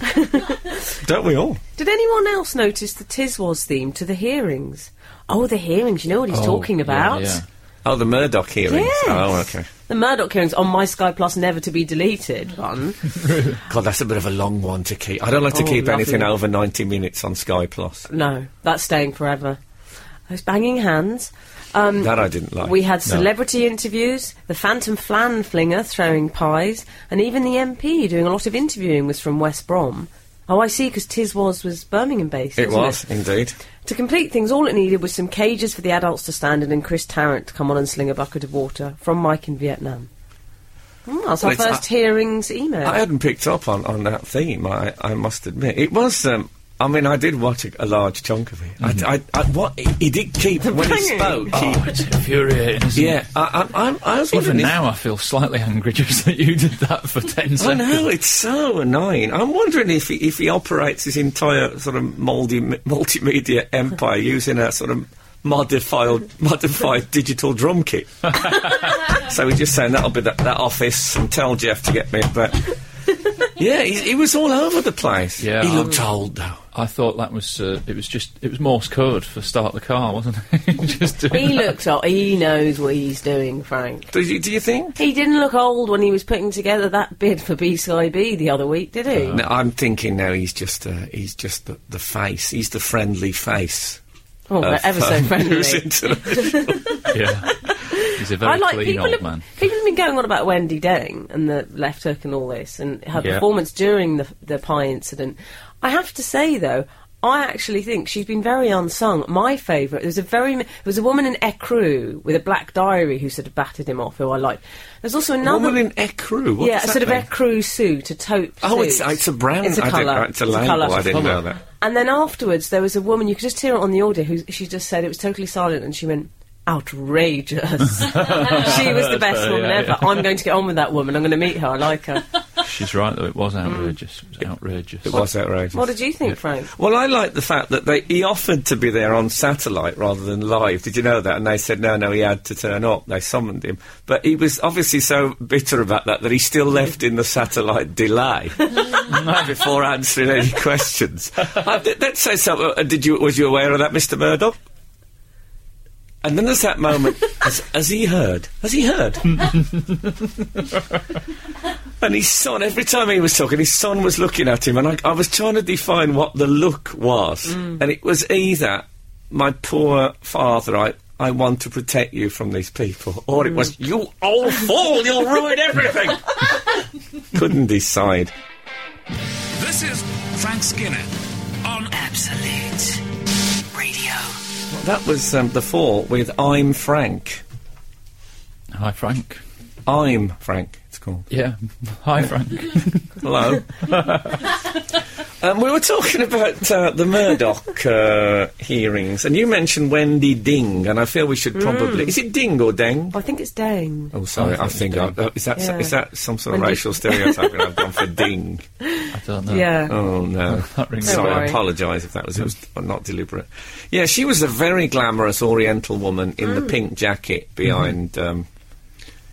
don't we all? Did anyone else notice the Tiswas theme to the hearings? Oh, the hearings. You know what he's Oh, talking yeah, about? yeah. Oh, the Murdoch hearings. Yes. Oh, okay. The Murdoch hearings on my Sky Plus never to be deleted one. God, that's a bit of a long one to keep. I don't like to Oh, keep anything lovely. over 90 minutes on Sky Plus. No, that's staying forever. Those banging hands. Um, That I didn't like. we had celebrity interviews, the Phantom Flan Flinger throwing pies, and even the MP doing a lot of interviewing was from West Brom. Oh, I see, because Tiswas was Birmingham based. It wasn't was, indeed. To complete things, all it needed was some cages for the adults to stand in and Chris Tarrant to come on and sling a bucket of water from Mike in Vietnam. Mm, that's Well, our it's- first hearings email. I hadn't picked up on, on that theme, I, I must admit. It was. Um, I mean, I did watch a, a large chunk of it. I, I, I, what he- he did keep when he banging. spoke. he- Oh, it's infuriating. Isn't yeah, I, I, I'm- I was It? Even wondering if- now, I feel slightly angry just that you did that for ten I seconds. know it's so annoying. I'm wondering if he, if he operates his entire sort of multi, multimedia empire using a sort of modified modified digital drum kit. so he's just saying that'll be that, that office and tell Jeff to get me. But yeah, he, he was all over the place. Yeah, he I- looked old though. I thought that was uh, it was just it was Morse code for start the car, wasn't it? just doing he that. looks old. He knows what he's doing, Frank. Do you, do you think? He didn't look old when he was putting together that bid for B Sky B the other week, did Uh. he? No, I'm thinking now. He's just uh, he's just the, the face. He's the friendly face. oh, they're of, ever so um, who's friendly. into the- Yeah, he's a I very like clean people. old Have, man. People have been going on about Wendy Deng and the left hook and all this, and her Yeah. performance during the the pie incident. I have to say though. I actually think she's been very unsung. My favourite, there was a very, there was a woman in Ecru with a black diary who sort of battered him off, who I liked. There's also another Woman in Ecru. What yeah, does a that sort of mean? ecru suit, a taupe. Oh, it's, suit. it's a brand. It's a I didn't- colour. It's a label. colour. I didn't know that. And then afterwards, there was a woman. You could just hear it on the audio. Who she just said it was totally silent, and she went. Outrageous! she was the best fair, woman yeah, ever. I'm going to get on with that woman. I'm going to meet her. I like her. she's right though. It was outrageous. It was outrageous. Mm. It was outrageous. What did you think, Frank? Well, I like the fact that they, he offered to be there on satellite rather than live. Did you know that? And they said no, no, he had to turn up. They summoned him, but he was obviously so bitter about that that he still left in the satellite delay before answering any questions. uh, th- that says something. Uh, did you was you aware of that, Mr. Murdoch? And then there's that moment. has, has he heard? Has he heard? And his son, every time he was talking, his son was looking at him, and I, I was trying to define what the look was. And it was either, my poor father, I, I want to protect you from these people, or it was, you old fool, you'll ruin everything. Couldn't decide. This is Frank Skinner on Absolute Radio. That was um, The Fall with I'm Frank. Hi, Frank. I'm Frank, it's called. Yeah. Hi, Frank. Hello. um, we were talking about uh, the Murdoch uh, hearings, and you mentioned Wendy Ding, and I feel we should probably. Is it Ding or Deng? I think it's Dane. Oh, sorry, Mm. I think. I, uh, is, that, Yeah. is that some sort of Wendy- racial stereotyping? I've gone for Ding. I don't know. Yeah. Oh, no. That rings Sorry, Don't I worry. apologise if that was, it was not deliberate. Yeah, she was a very glamorous Oriental woman in the pink jacket behind. Um,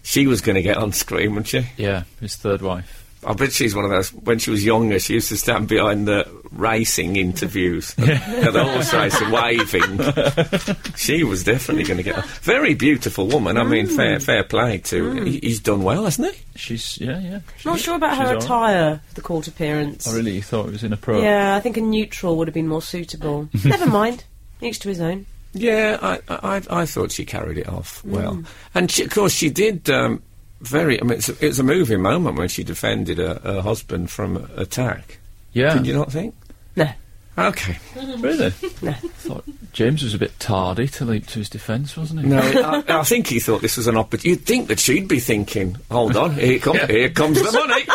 she was going to get on screen, would not she? Yeah. His third wife. I bet she's one of those. When she was younger, she used to stand behind the racing interviews, yeah, the horse racing, waving. she was definitely going to get. Very beautiful woman. I mean, fair fair play to. He, he's done well, hasn't he? She's yeah yeah. Not She- sure about she's her all right. attire for the court appearance. I really thought it was inappropriate. Yeah, I think a neutral would have been more suitable. Never mind. Each to his own. Yeah, I I, I- I thought she carried it Mm. off well, and she, of course she did. Um, very. I mean, it's a, it was a moving moment when she defended her, her husband from attack. Yeah. Did you not think? No. Okay. Really? I thought James was a bit tardy to leap to his defence, wasn't he? No, I, I think he thought this was an opportunity. You'd think that she'd be thinking, "Hold on, here come, here comes the money.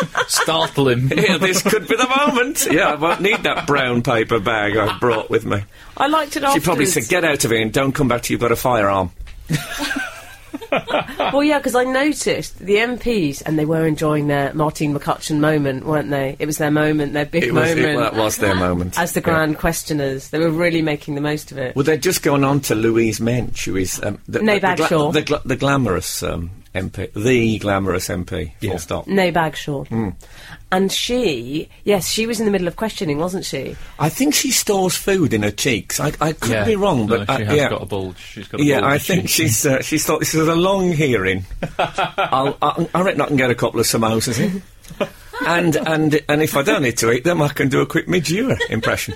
Startle him. Here, this could be the moment. Yeah, I won't need that brown paper bag I brought with me." I liked it She afterwards. probably said, "Get out of here and don't come back till you've got a firearm." Well, yeah, because I noticed the MPs, and they were enjoying their Martin McCutcheon moment, weren't they? It was their moment, their big It was, moment. it, well, that was their moment. as the Yeah. grand questioners, they were really making the most of it. Well, they're just going on to Louise Mensch, who is um, the, No the, the, Bagshaw. the, gla- the glamorous um, MP, the glamorous MP. Full stop. No Bagshaw. Hmm. And she, yes, she was in the middle of questioning, wasn't she? I think she stores food in her cheeks. I, I could Yeah. be wrong, No, but she uh, has yeah. got a bulge. She's got a Yeah, bulge. I think She- she's uh, she's thought this is a long hearing. I'll, I, I reckon I can get a couple of samosas in. and and and if I don't need to eat them, I can do a quick midura impression.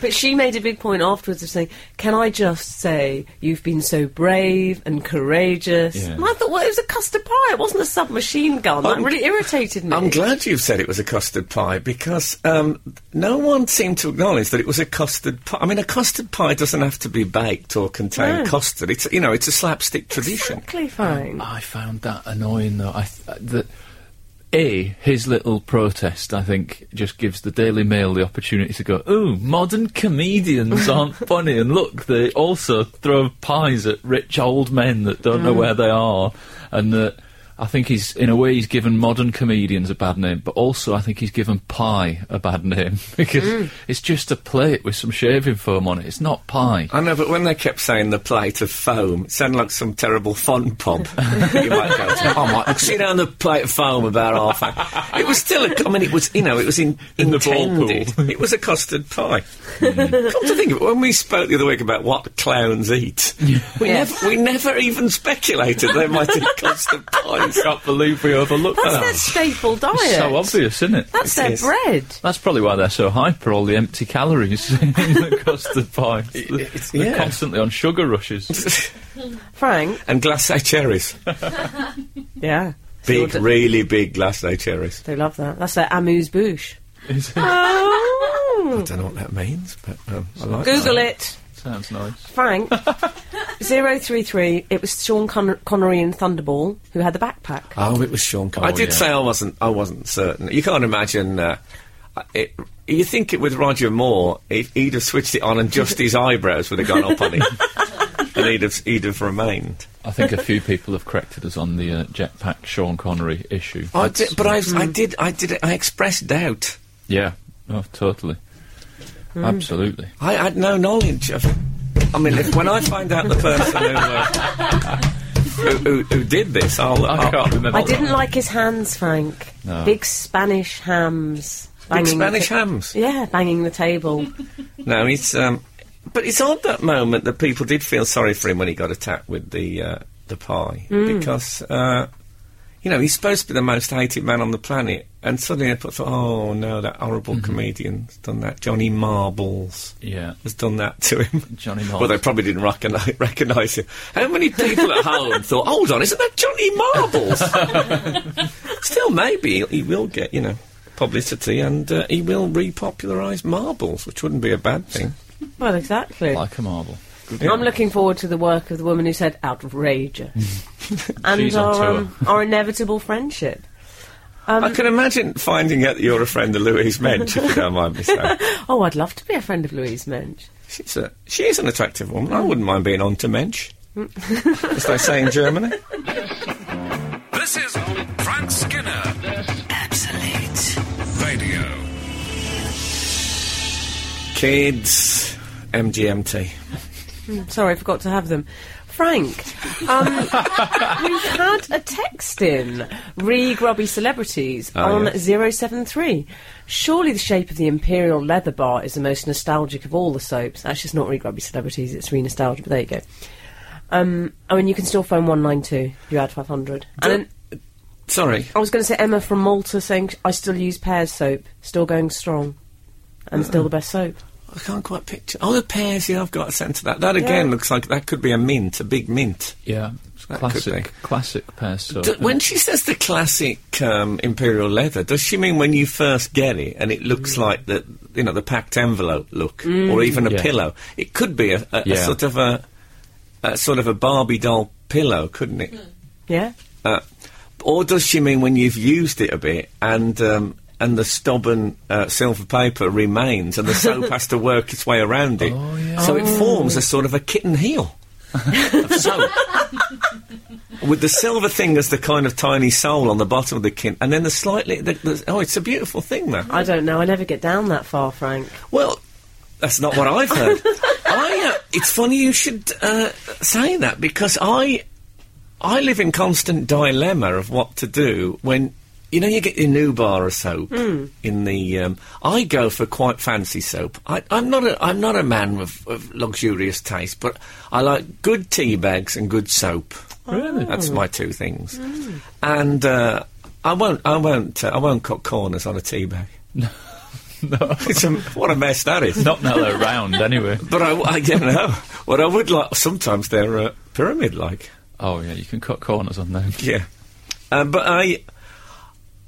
But she made a big point afterwards of saying, Can I just say, you've been so brave and courageous? Yeah. And I thought, well, it was a custard pie, it wasn't a submachine gun. I'm- that really irritated me. I'm glad you've said it was a custard pie because um, no one seemed to acknowledge that it was a custard pie. I mean, a custard pie doesn't have to be baked or contain No. custard. It's you know, it's a slapstick tradition. Exactly fine. I found that annoying though. I th- that a his little protest, I think, just gives the Daily Mail the opportunity to go. Ooh, modern comedians aren't funny, and look, they also throw pies at rich old men that don't know where they are, and that. I think he's, in a way, he's given modern comedians a bad name, but also I think he's given pie a bad name because it's just a plate with some shaving foam on it. It's not pie. I know, but when they kept saying the plate of foam, it sounded like some terrible fun pub. you might go to. Oh my! Sit down the plate of foam about half. An. It was still. A, I mean, it was. You know, it was in, In the ball pool. intended. It was a custard pie. Come to think of it, when we spoke the other week about what clowns eat, we Yes. never we never even speculated they might eat custard pies. can't believe we overlooked That's their Oh. staple diet. So obvious, isn't it? That's their is. bread. That's probably why they're so high for all the empty calories in the custard pie. it's- They're yeah. constantly on sugar rushes. Frank. And glacé cherries, Yeah. big, Sure do- really big glacé cherries. They love that. That's their amuse bouche. Is it? Oh. Don't know what that means, but um, I like Google it. Sounds nice. Frank. 033. It was Sean Con- Connery in Thunderball who had the backpack. Oh, it was Sean Connery. I Oh, did yeah. say I wasn't. I wasn't certain. You can't imagine. Uh, it, you think it with Roger Moore, he, he'd have switched it on, and just his eyebrows would have gone up on him. and then he'd have, he'd have remained. I think a few people have corrected us on the uh, jetpack Sean Connery issue. I That's- did, but I, I did, I did, I expressed doubt. yeah, oh, totally, Hmm. absolutely. I had no knowledge of. I mean, if, when I find out the person who, uh, who, who, who did this, I'll. I I'll- can't remember. I didn't like his hands, Frank. Big Spanish hams. Banging the Spanish ta- hams? Yeah, banging the table. No, it's. Um, but it's odd that moment that people did feel sorry for him when he got attacked with the uh, the pie because uh, you know he's supposed to be the most hated man on the planet, and suddenly I thought, oh no, that horrible comedian's done that. Johnny Marbles Mm-hmm. Yeah, has done that to him. Johnny Well, Marbles. they probably didn't recogni recognise him. How many people at home thought, hold on, isn't that Johnny Marbles? Still, maybe he will get, you know, publicity and uh, he will repopularise marbles, which wouldn't be a bad thing. well, exactly. like a marble. I'm looking forward to the work of the woman who said outrageous. and She's on our, tour. um, our inevitable friendship. I can imagine finding out that you're a friend of Louise Mensch, if you don't mind me saying. Oh, I'd love to be a friend of Louise Mensch. She's a, she is an attractive woman. I wouldn't mind being on to Mensch, as they say in Germany. This is Frank Skinner Absolute Radio. Kids, MGMT. Sorry, I forgot to have them. Frank, um, we've had a text in re grubby celebrities on yes. 073. Surely the shape of the Imperial leather bar is the most nostalgic of all the soaps. Actually, it's not re grubby celebrities, it's re nostalgia, but there you go. Um, oh, and you can still phone 192 if you add 500. And then Sorry. I was going to say Emma from Malta saying, I still use Pears soap, still going strong, and still the best soap. I can't quite picture. Oh, the pears, yeah, I've got a sense of that. That again Yeah. looks like that could be a mint, a big mint. Yeah, That could classic, classic pair soap. D- when she says the classic um, imperial leather, does she mean when you first get it and it looks like the, you know, the packed envelope look or even a Yeah. pillow? It could be a, a, a Yeah. sort of a, a sort of a Barbie doll pillow, couldn't it? Yeah? Uh, or does she mean when you've used it a bit and um, and the stubborn uh, silver paper remains and the soap has to work its way around it? Oh, yeah. So it forms a sort of a kitten heel of soap. With the silver thing as the kind of tiny sole on the bottom of the kitten, and then the slightly. The, the, oh, it's a beautiful thing, though. I don't know. I never get down that far, Frank. Well, that's not what I've heard. I, uh, it's funny you should uh, say that because I, I live in constant dilemma of what to do when. You know, you get your new bar of soap in the. Um, I go for quite fancy soap. I, I'm not a. I'm not a man of, of luxurious taste, but I like good tea bags and good soap. Really? That's my two things. And uh, I won't. I won't. Uh, I won't cut corners on a tea bag. No, It's a, what a mess that is. not now they're round anyway. But I, I don't know. What I would like, sometimes they're uh, pyramid-like. Oh yeah, you can cut corners on them. Yeah. Uh, but I,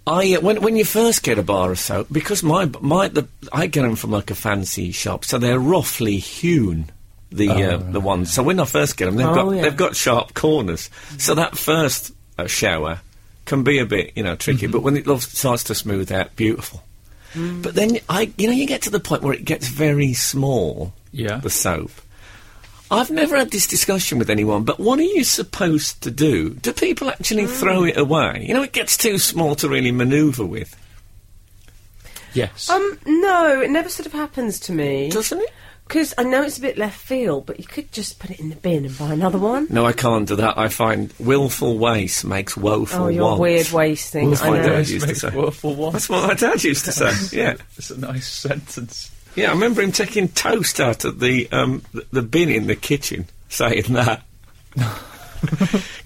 I uh, when when you first get a bar of soap, because my my the I get them from like a fancy shop, so they're roughly hewn. The uh, the ones. So when I first get them, they've Oh, got yeah. Mm. they've got sharp corners. So that first uh, shower can be a bit you know tricky, Mm-hmm. but when it lo- starts to smooth out, beautiful. But then I, you know, you get to the point where it gets very small. Yeah. The soap. I've never had this discussion with anyone, but what are you supposed to do? Do people actually Mm. throw it away? You know, it gets too small to really manoeuvre with, Yes. Um, no, it never sort of happens to me. doesn't it? Because I know it's a bit left field, but you could just put it in the bin and buy another one. No, I can't do that. I find willful waste makes woeful Oh, your want. weird wasting. Willful I waste know. makes used to say. for one. That's what my dad used to say. yeah, It's a nice sentence. yeah. I remember him taking toast out of the um, th- the bin in the kitchen, saying that.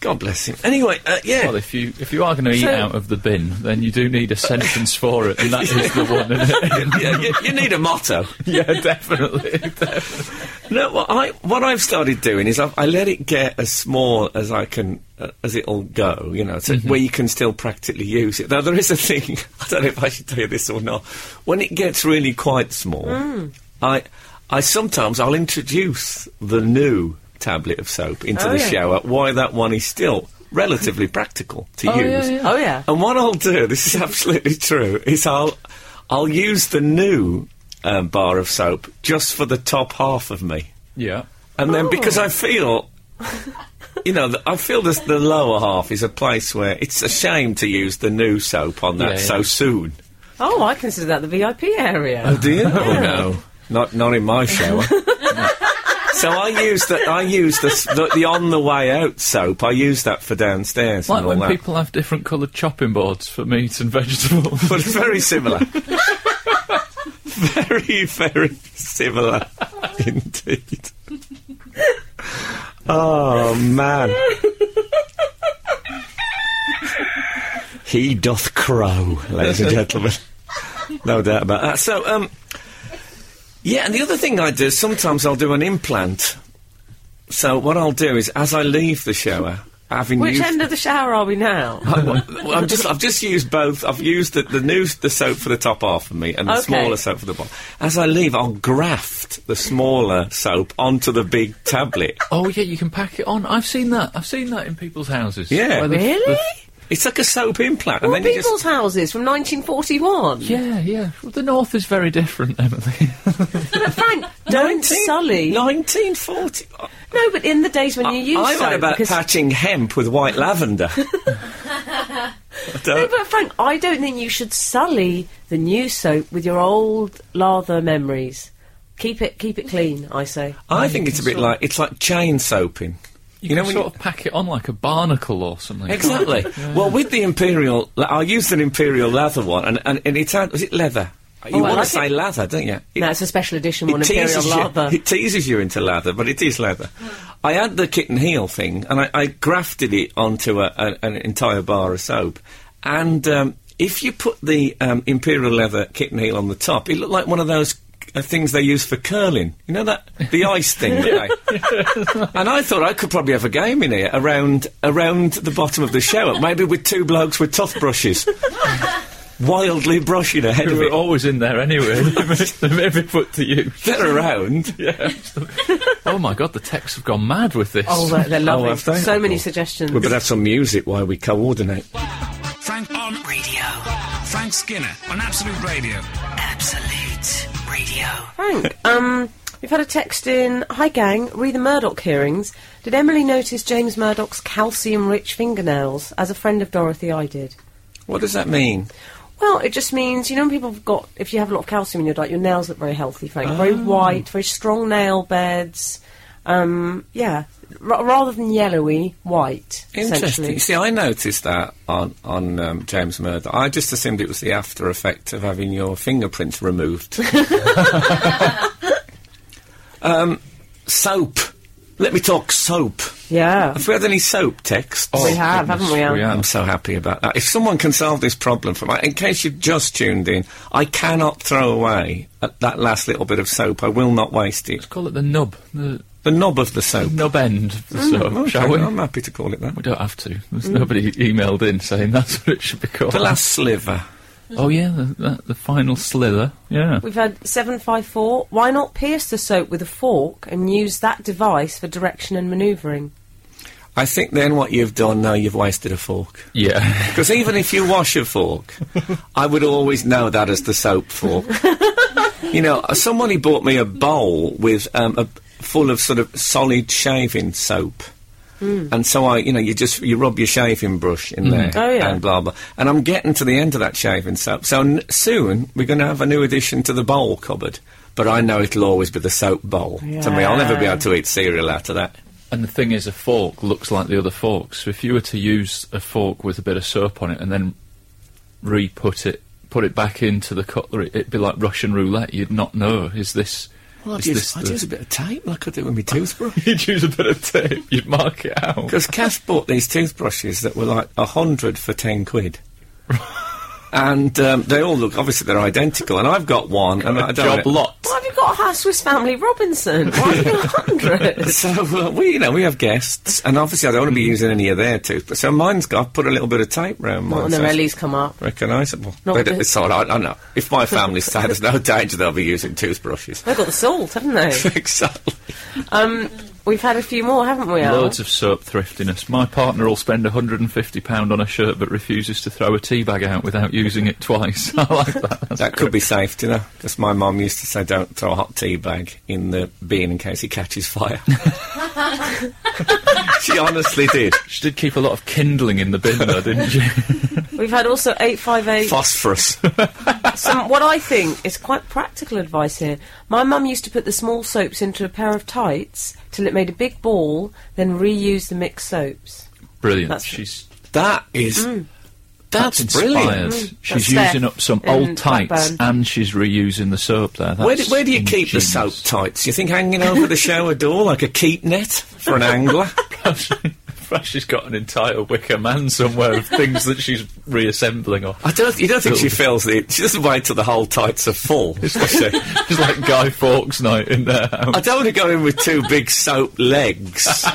God bless him. Anyway, uh, yeah. Well, if you if you are going to eat So- out of the bin, then you do need a sentence for it, and that is the one. Isn't it? yeah, you, you need a motto. yeah, definitely. No, what I what I've started doing is I've, I let it get as small as I can, uh, as it'll go. You know, so where you can still practically use it. Now there is a thing. I don't know if I should tell you this or not. When it gets really quite small, I I sometimes I'll introduce the new tablet of soap into Oh, the yeah. shower. Why that one is still relatively practical to yeah, use. yeah. Oh, yeah. And what I'll do, this is absolutely true, is I'll I'll use the new um, bar of soap just for the top half of me, Yeah. and then because I feel you know, the, I feel this, the lower half is a place where it's a shame to use the new soap on that Yeah, yeah. so soon. Oh, I consider that the VIP area. do you? Oh no, not not in my shower. so I use the I use the, s- the the on the way out soap. I use that for downstairs. Like and all when that. people have different coloured chopping boards for meat and vegetables. but it's very similar. very, very similar indeed. Oh man. he doth crow, ladies and gentlemen. No doubt about that. So um yeah, and the other thing I do is sometimes I'll do an implant. So what I'll do is as I leave the shower, having Which used end of the shower are we now? Oh, well, I'm just, I've just used both. I've used the, the new the soap for the top half of me and the Okay. smaller soap for the bottom. As I leave, I'll graft the smaller soap onto the big tablet. oh yeah, you can pack it on. I've seen that. I've seen that in people's houses. Yeah. Where the- Really? It's like a soap implant, and Well, then you people's just houses from 1941. yeah, yeah. Well, the north is very different, Emily. Frank, don't 19 sully. 1940. No, but in the days when you used I'm soap, on about because- patching hemp with white lavender. I don't- No, but Frank, I don't think you should sully the new soap with your old lather memories. Keep it, keep it clean. I say. I think it's a bit like it's like chain soaping. You, You know can when sort you- of pack it on like a barnacle or something. Exactly. Well, with the imperial, like, I used an imperial leather one, and and, and it had was it leather. You Oh, I want like to say it. lather, don't you? It- That's a special edition it one, Imperial teases you- Lather. It teases you into lather, but it is leather. I had the kitten heel thing, and I, I grafted it onto a, a, an entire bar of soap. And um, if you put the um, imperial leather kitten heel on the top, it looked like one of those uh, things they use for curling. You know that the ice thing. that they- and I thought I could probably have a game in here around around the bottom of the shower, maybe with two blokes with toothbrushes. Wildly brushing ahead They of were it. always in there anyway. They may- they may be put to use. They're around. Yeah. oh my god, the texts have gone mad with this. Oh, they're, they're lovely. have they? so many We suggestions. better have some music while we coordinate. Frank on Radio. Frank Skinner on Absolute Radio. Absolute Radio. Frank, um, we've had a text in. Hi, gang. Re the Murdoch hearings. Did Emily notice James Murdoch's calcium-rich fingernails? As a friend of Dorothy, I did. What does that mean? Well, it just means you know when people have got if you have a lot of calcium in your diet, your nails look very healthy, Frank. Oh. Very white, very strong nail beds. Um, yeah, R- rather than yellowy, white. Interesting. Essentially. See, I noticed that on on um, James Murdoch. I just assumed it was the after effect of having your fingerprints removed. um, soap. Let me talk soap. Yeah, Have we had any soap texts? we have, haven't we? Anne? we have. I'm so happy about that. If someone can solve this problem for me, in case you've just tuned in, I cannot throw away uh, that last little bit of soap. I will not waste it. Call it the nub, the The knob of the soap. nub end of the soap, Mm. Oh, Okay, shall we? I'm happy to call it that. We don't have to. There's nobody emailed in saying that's what it should be called. The last sliver. Oh yeah, the, the, the final slither. Yeah. We've had seven five four. Why not pierce the soap with a fork and use that device for direction and manoeuvring? I think then what you've done now, you've wasted a fork. Yeah. Because even if you wash a fork, I would always know that as the soap fork. you know, uh, somebody bought me a bowl with um, a full of sort of solid shaving soap. Hmm. And so I, you know, you just you rub your shaving brush in there, Oh, yeah. and blah blah. And I'm getting to the end of that shaving soap. So n- soon we're going to have a new addition to the bowl cupboard. But I know it'll always be the soap bowl. To me, I'll never be Yeah. able to eat cereal out of that. And the thing is, a fork looks like the other forks. So if you were to use a fork with a bit of soap on it and then re-put it, put it back into the cutlery, it'd be like Russian roulette. You'd not know. Is this? Well, I'd is use, I'd the- use a bit of tape like I do with my toothbrush. You'd use a bit of tape. You'd mark it out. Because Cass bought these toothbrushes that were like a hundred for ten quid. and um, they all look, obviously, they're identical. And I've got one. and I don't Job lot. Why have you got a Swiss Family Robinson? Why have you got hundreds? So, uh, we, you know, we have guests. And obviously, I don't want to be Mm-hmm. using any of their toothbrushes. So mine's got, I've put a little bit of tape round mine. Not when the so it's wellies come up. Recognisable. Not But with the- It's all right. I know. If my family say there's no danger they'll be using toothbrushes. They've got the salt, haven't they? exactly. Um, We've had a few more, haven't we? Al? Loads of soap thriftiness. My partner will spend £150 on a shirt but refuses to throw a tea bag out without using it twice. I like that. That's That could be saved, you know, because my mum used to say, "Don't throw a hot tea bag in the bin in case it catches fire." she honestly did. She did keep a lot of kindling in the bin, though, didn't she? We've had also 858. Phosphorus. Some, what I think is quite practical advice here. My mum used to put the small soaps into a pair of tights till it made a big ball, then reuse the mixed soaps. Brilliant. That's- She's that is. That's, that's brilliant. uh, inspired. She's That's using Steph up some in old tights Blackburn. and she's reusing the soap there. Where do, That's where do you keep the ingenious. soap tights? You think hanging over the shower door like a keep net for an angler? Perhaps she's got an entire wicker man somewhere of things that she's reassembling off. I don't. You don't think she feels it? She doesn't wait till the whole tights are full. does she? It's like Guy Fawkes night in uh, there. house. I don't want to go in with two big soap legs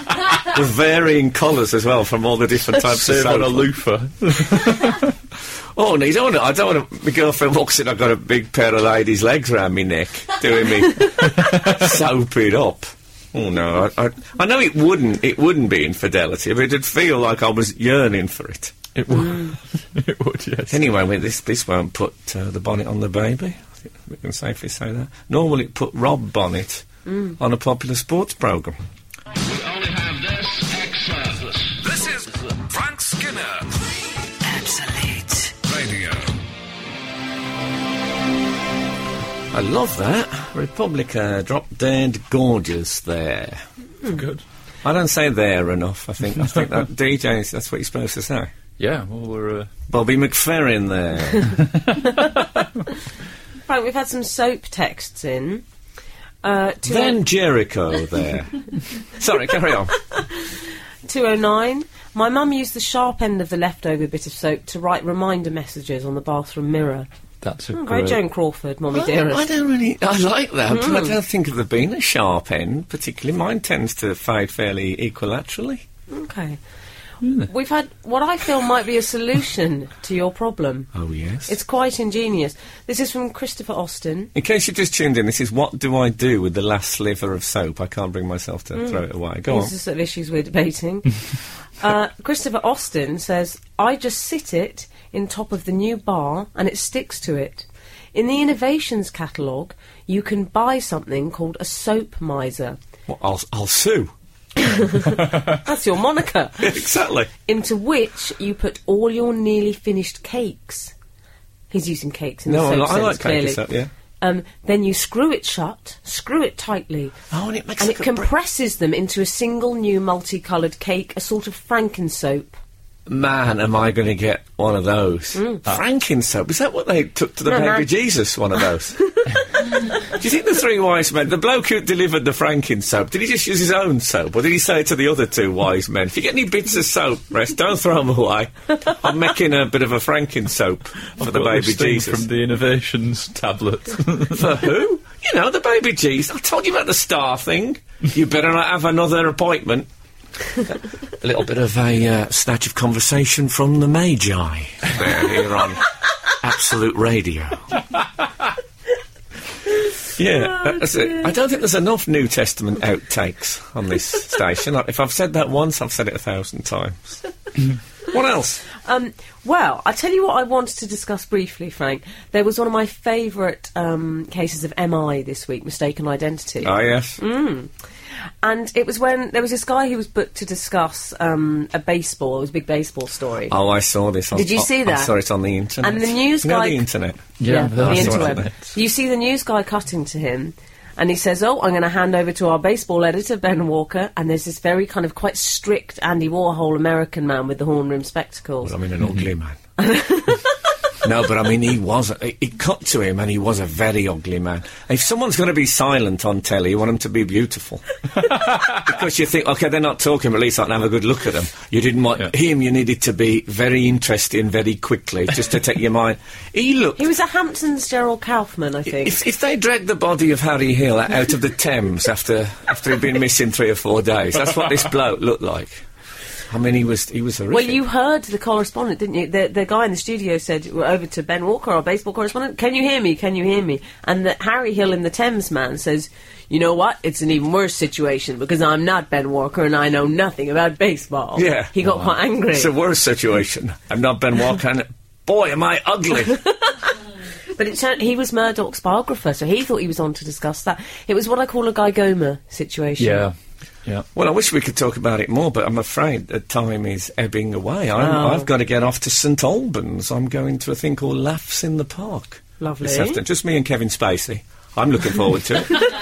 with varying colours as well from all the different types of Serve on a soap. loofah. Oh, no, you don't want to, I don't want to, my girlfriend walks in, I've got a big pair of ladies' legs round my neck doing me soap it up. Oh no, I, I, I know it wouldn't, it wouldn't be infidelity, but it'd feel like I was yearning for it. It would. Mm. it would, yes. Anyway, well, this this won't put uh, the bonnet on the baby. I think we can safely say that. Nor will it put Rob Bonnet on a popular sports programme. This is Frank Skinner Absolute Radio. I love that. Republica drop dead gorgeous there. Good. I don't say there enough, I think. I think that DJs, that's what you're supposed to say. Yeah, well, we're. Uh, Bobby McFerrin there. Right, we've had some soap texts in. Uh, two- then Jericho there. Sorry, carry on. 209. My mum used the sharp end of the leftover bit of soap to write reminder messages on the bathroom mirror. that's a Oh, very great. Joan Crawford, mummy dearest. I don't really. I like that, but Hmm. I don't think of there being a sharp end, particularly. Mine tends to fade fairly equilaterally. Okay. We've had what I feel might be a solution to your problem. Oh, yes. It's quite ingenious. This is from Christopher Austin. In case you just tuned in, this is what do I do with the last sliver of soap? I can't bring myself to Hmm. throw it away. Go on. These are sort of issues we're debating. uh, Christopher Austin says, I just sit it in top of the new bar and it sticks to it. In the innovations catalogue, you can buy something called a soap miser. Well, I'll, I'll sue. That's your moniker. exactly. Into which you put all your nearly finished cakes. He's using cakes in No, I, the li- soap I sense, like clearly. cake soap, yeah. Um, then you screw it shut, screw it tightly, Oh, and it makes and like it a brick. compresses them into a single new multicoloured cake, a sort of franken soap. Man, am I going to get one of those? Franken soap. Is that what they took to the Mm. No, baby no. Jesus? One of those. do you think the three wise men, the bloke who delivered the Franken soap, did he just use his own soap, or did he say to the other two wise men, "If you get any bits of soap, rest, don't throw them away. I'm making a bit of a Franken soap for the Got baby this thing Jesus." From the innovations tablet. For who? You know, the baby G's. I told you about the star thing. You better not have another appointment. a little bit of a uh, snatch of conversation from the Magi there, here on Absolute Radio. Oh, Yeah, uh, that's it. I don't think there's enough New Testament outtakes on this station. Like, if I've said that once, I've said it a thousand times. what else? Um, well, I tell you what I wanted to discuss briefly, Frank. There was one of my favourite um, cases of MI this week, mistaken identity. Ah, yes. Hmm? And it was when there was this guy who was booked to discuss um, a baseball, it was a big baseball story. Oh, I saw this. On, Did you see I- I that? saw it on the internet. And the news you know, guy- the internet. the that's saw right. it. interweb. You see the news guy cutting to him, and he says, "Oh, I'm going to hand over to our baseball editor Ben Walker." And there's this very kind of quite strict Andy Warhol American man with the horn rim spectacles. I mean, an ugly man. no, but I mean, he was. It, it cut to him, and he was a very ugly man. If someone's going to be silent on telly, you want them to be beautiful. because you think, okay, they're not talking, but at least I can have a good look at them. You didn't want Yeah. him, you needed to be very interesting very quickly, just to take your mind. He looked. He was a Hamptons Gerald Kaufman, I think. If, if they dragged the body of Harry Hill out of the Thames after after he'd been missing three or four days, that's what this bloke looked like. I mean, he was he was horrific. Well, you heard the correspondent, didn't you? The, the guy in the studio said well, over to Ben Walker, our baseball correspondent, "Can you hear me? Can you hear me?" And the, Harry Hill in the Thames man says, "You know what? It's an even worse situation because I'm not Ben Walker and I know nothing about baseball." Yeah. he got quite angry. It's a worse situation. I'm not Ben Walker. and boy, am I ugly. But it turned, he was Murdoch's biographer, so he thought he was on to discuss that. It was what I call a Guy Gomer situation. Yeah. Yeah. well, I wish we could talk about it more, but I'm afraid the time is ebbing away. I'm, Oh. I've got to get off to St Albans. I'm going to a thing called Laughs in the Park. Lovely. This afternoon. Just me and Kevin Spacey. I'm looking forward to it.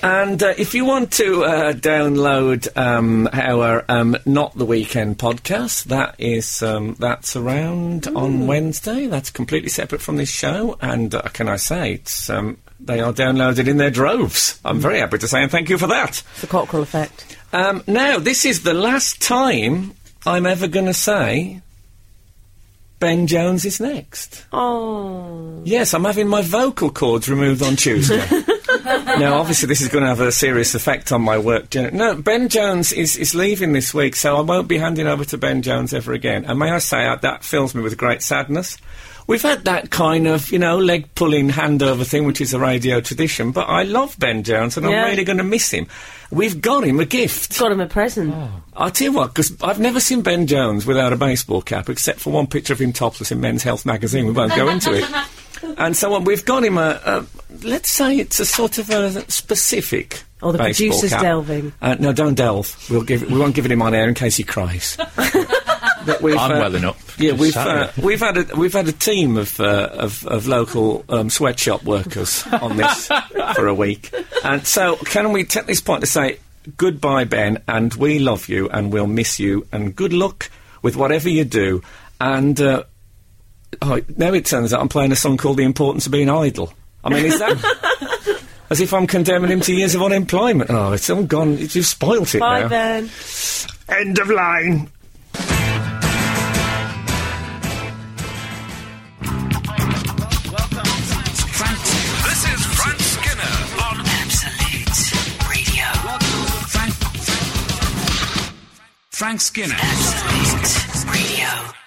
And uh, if you want to uh, download um, our um, Not the Weekend podcast, that is um, that's around on Wednesday. That's completely separate from this show. And uh, can I say, it's, um, they are downloaded in their droves. I'm very happy to say, and thank you for that. It's the Cockrell effect. Um, now, this is the last time I'm ever going to say Ben Jones is next. Oh, Yes, I'm having my vocal cords removed on Tuesday. now, obviously, this is going to have a serious effect on my work. gen- No, Ben Jones is, is leaving this week, so I won't be handing over to Ben Jones ever again. And may I say, uh, that fills me with great sadness. We've had that kind of, you know, leg pulling handover thing, which is a radio tradition, but I love Ben Jones and Yeah. I'm really going to miss him. We've got him a gift. got him a present. I'll tell you what, because I've never seen Ben Jones without a baseball cap, except for one picture of him topless in Men's Health magazine. We won't go into it. And so on. We've got him a, a, let's say it's a sort of a specific. Oh, the baseball producer's cap. delving. Uh, no, don't delve. We'll give. We won't give it him on air in case he cries. But we've, I'm uh, welling up. Yeah, Just we've sat uh, here. we've had a we've had a team of uh, of, of local um, sweatshop workers on this for a week, and so can we take this point to say goodbye, Ben, and we love you, and we'll miss you, and good luck with whatever you do, and uh, oh, now it turns out I'm playing a song called "The Importance of Being Idle." I mean, is that as if I'm condemning him to years of unemployment? Oh, it's all gone. You've spoilt it Bye, now. Ben. End of line. This is Frank Skinner on Absolute Radio. Frank, Frank, Frank Skinner. Absolute Radio.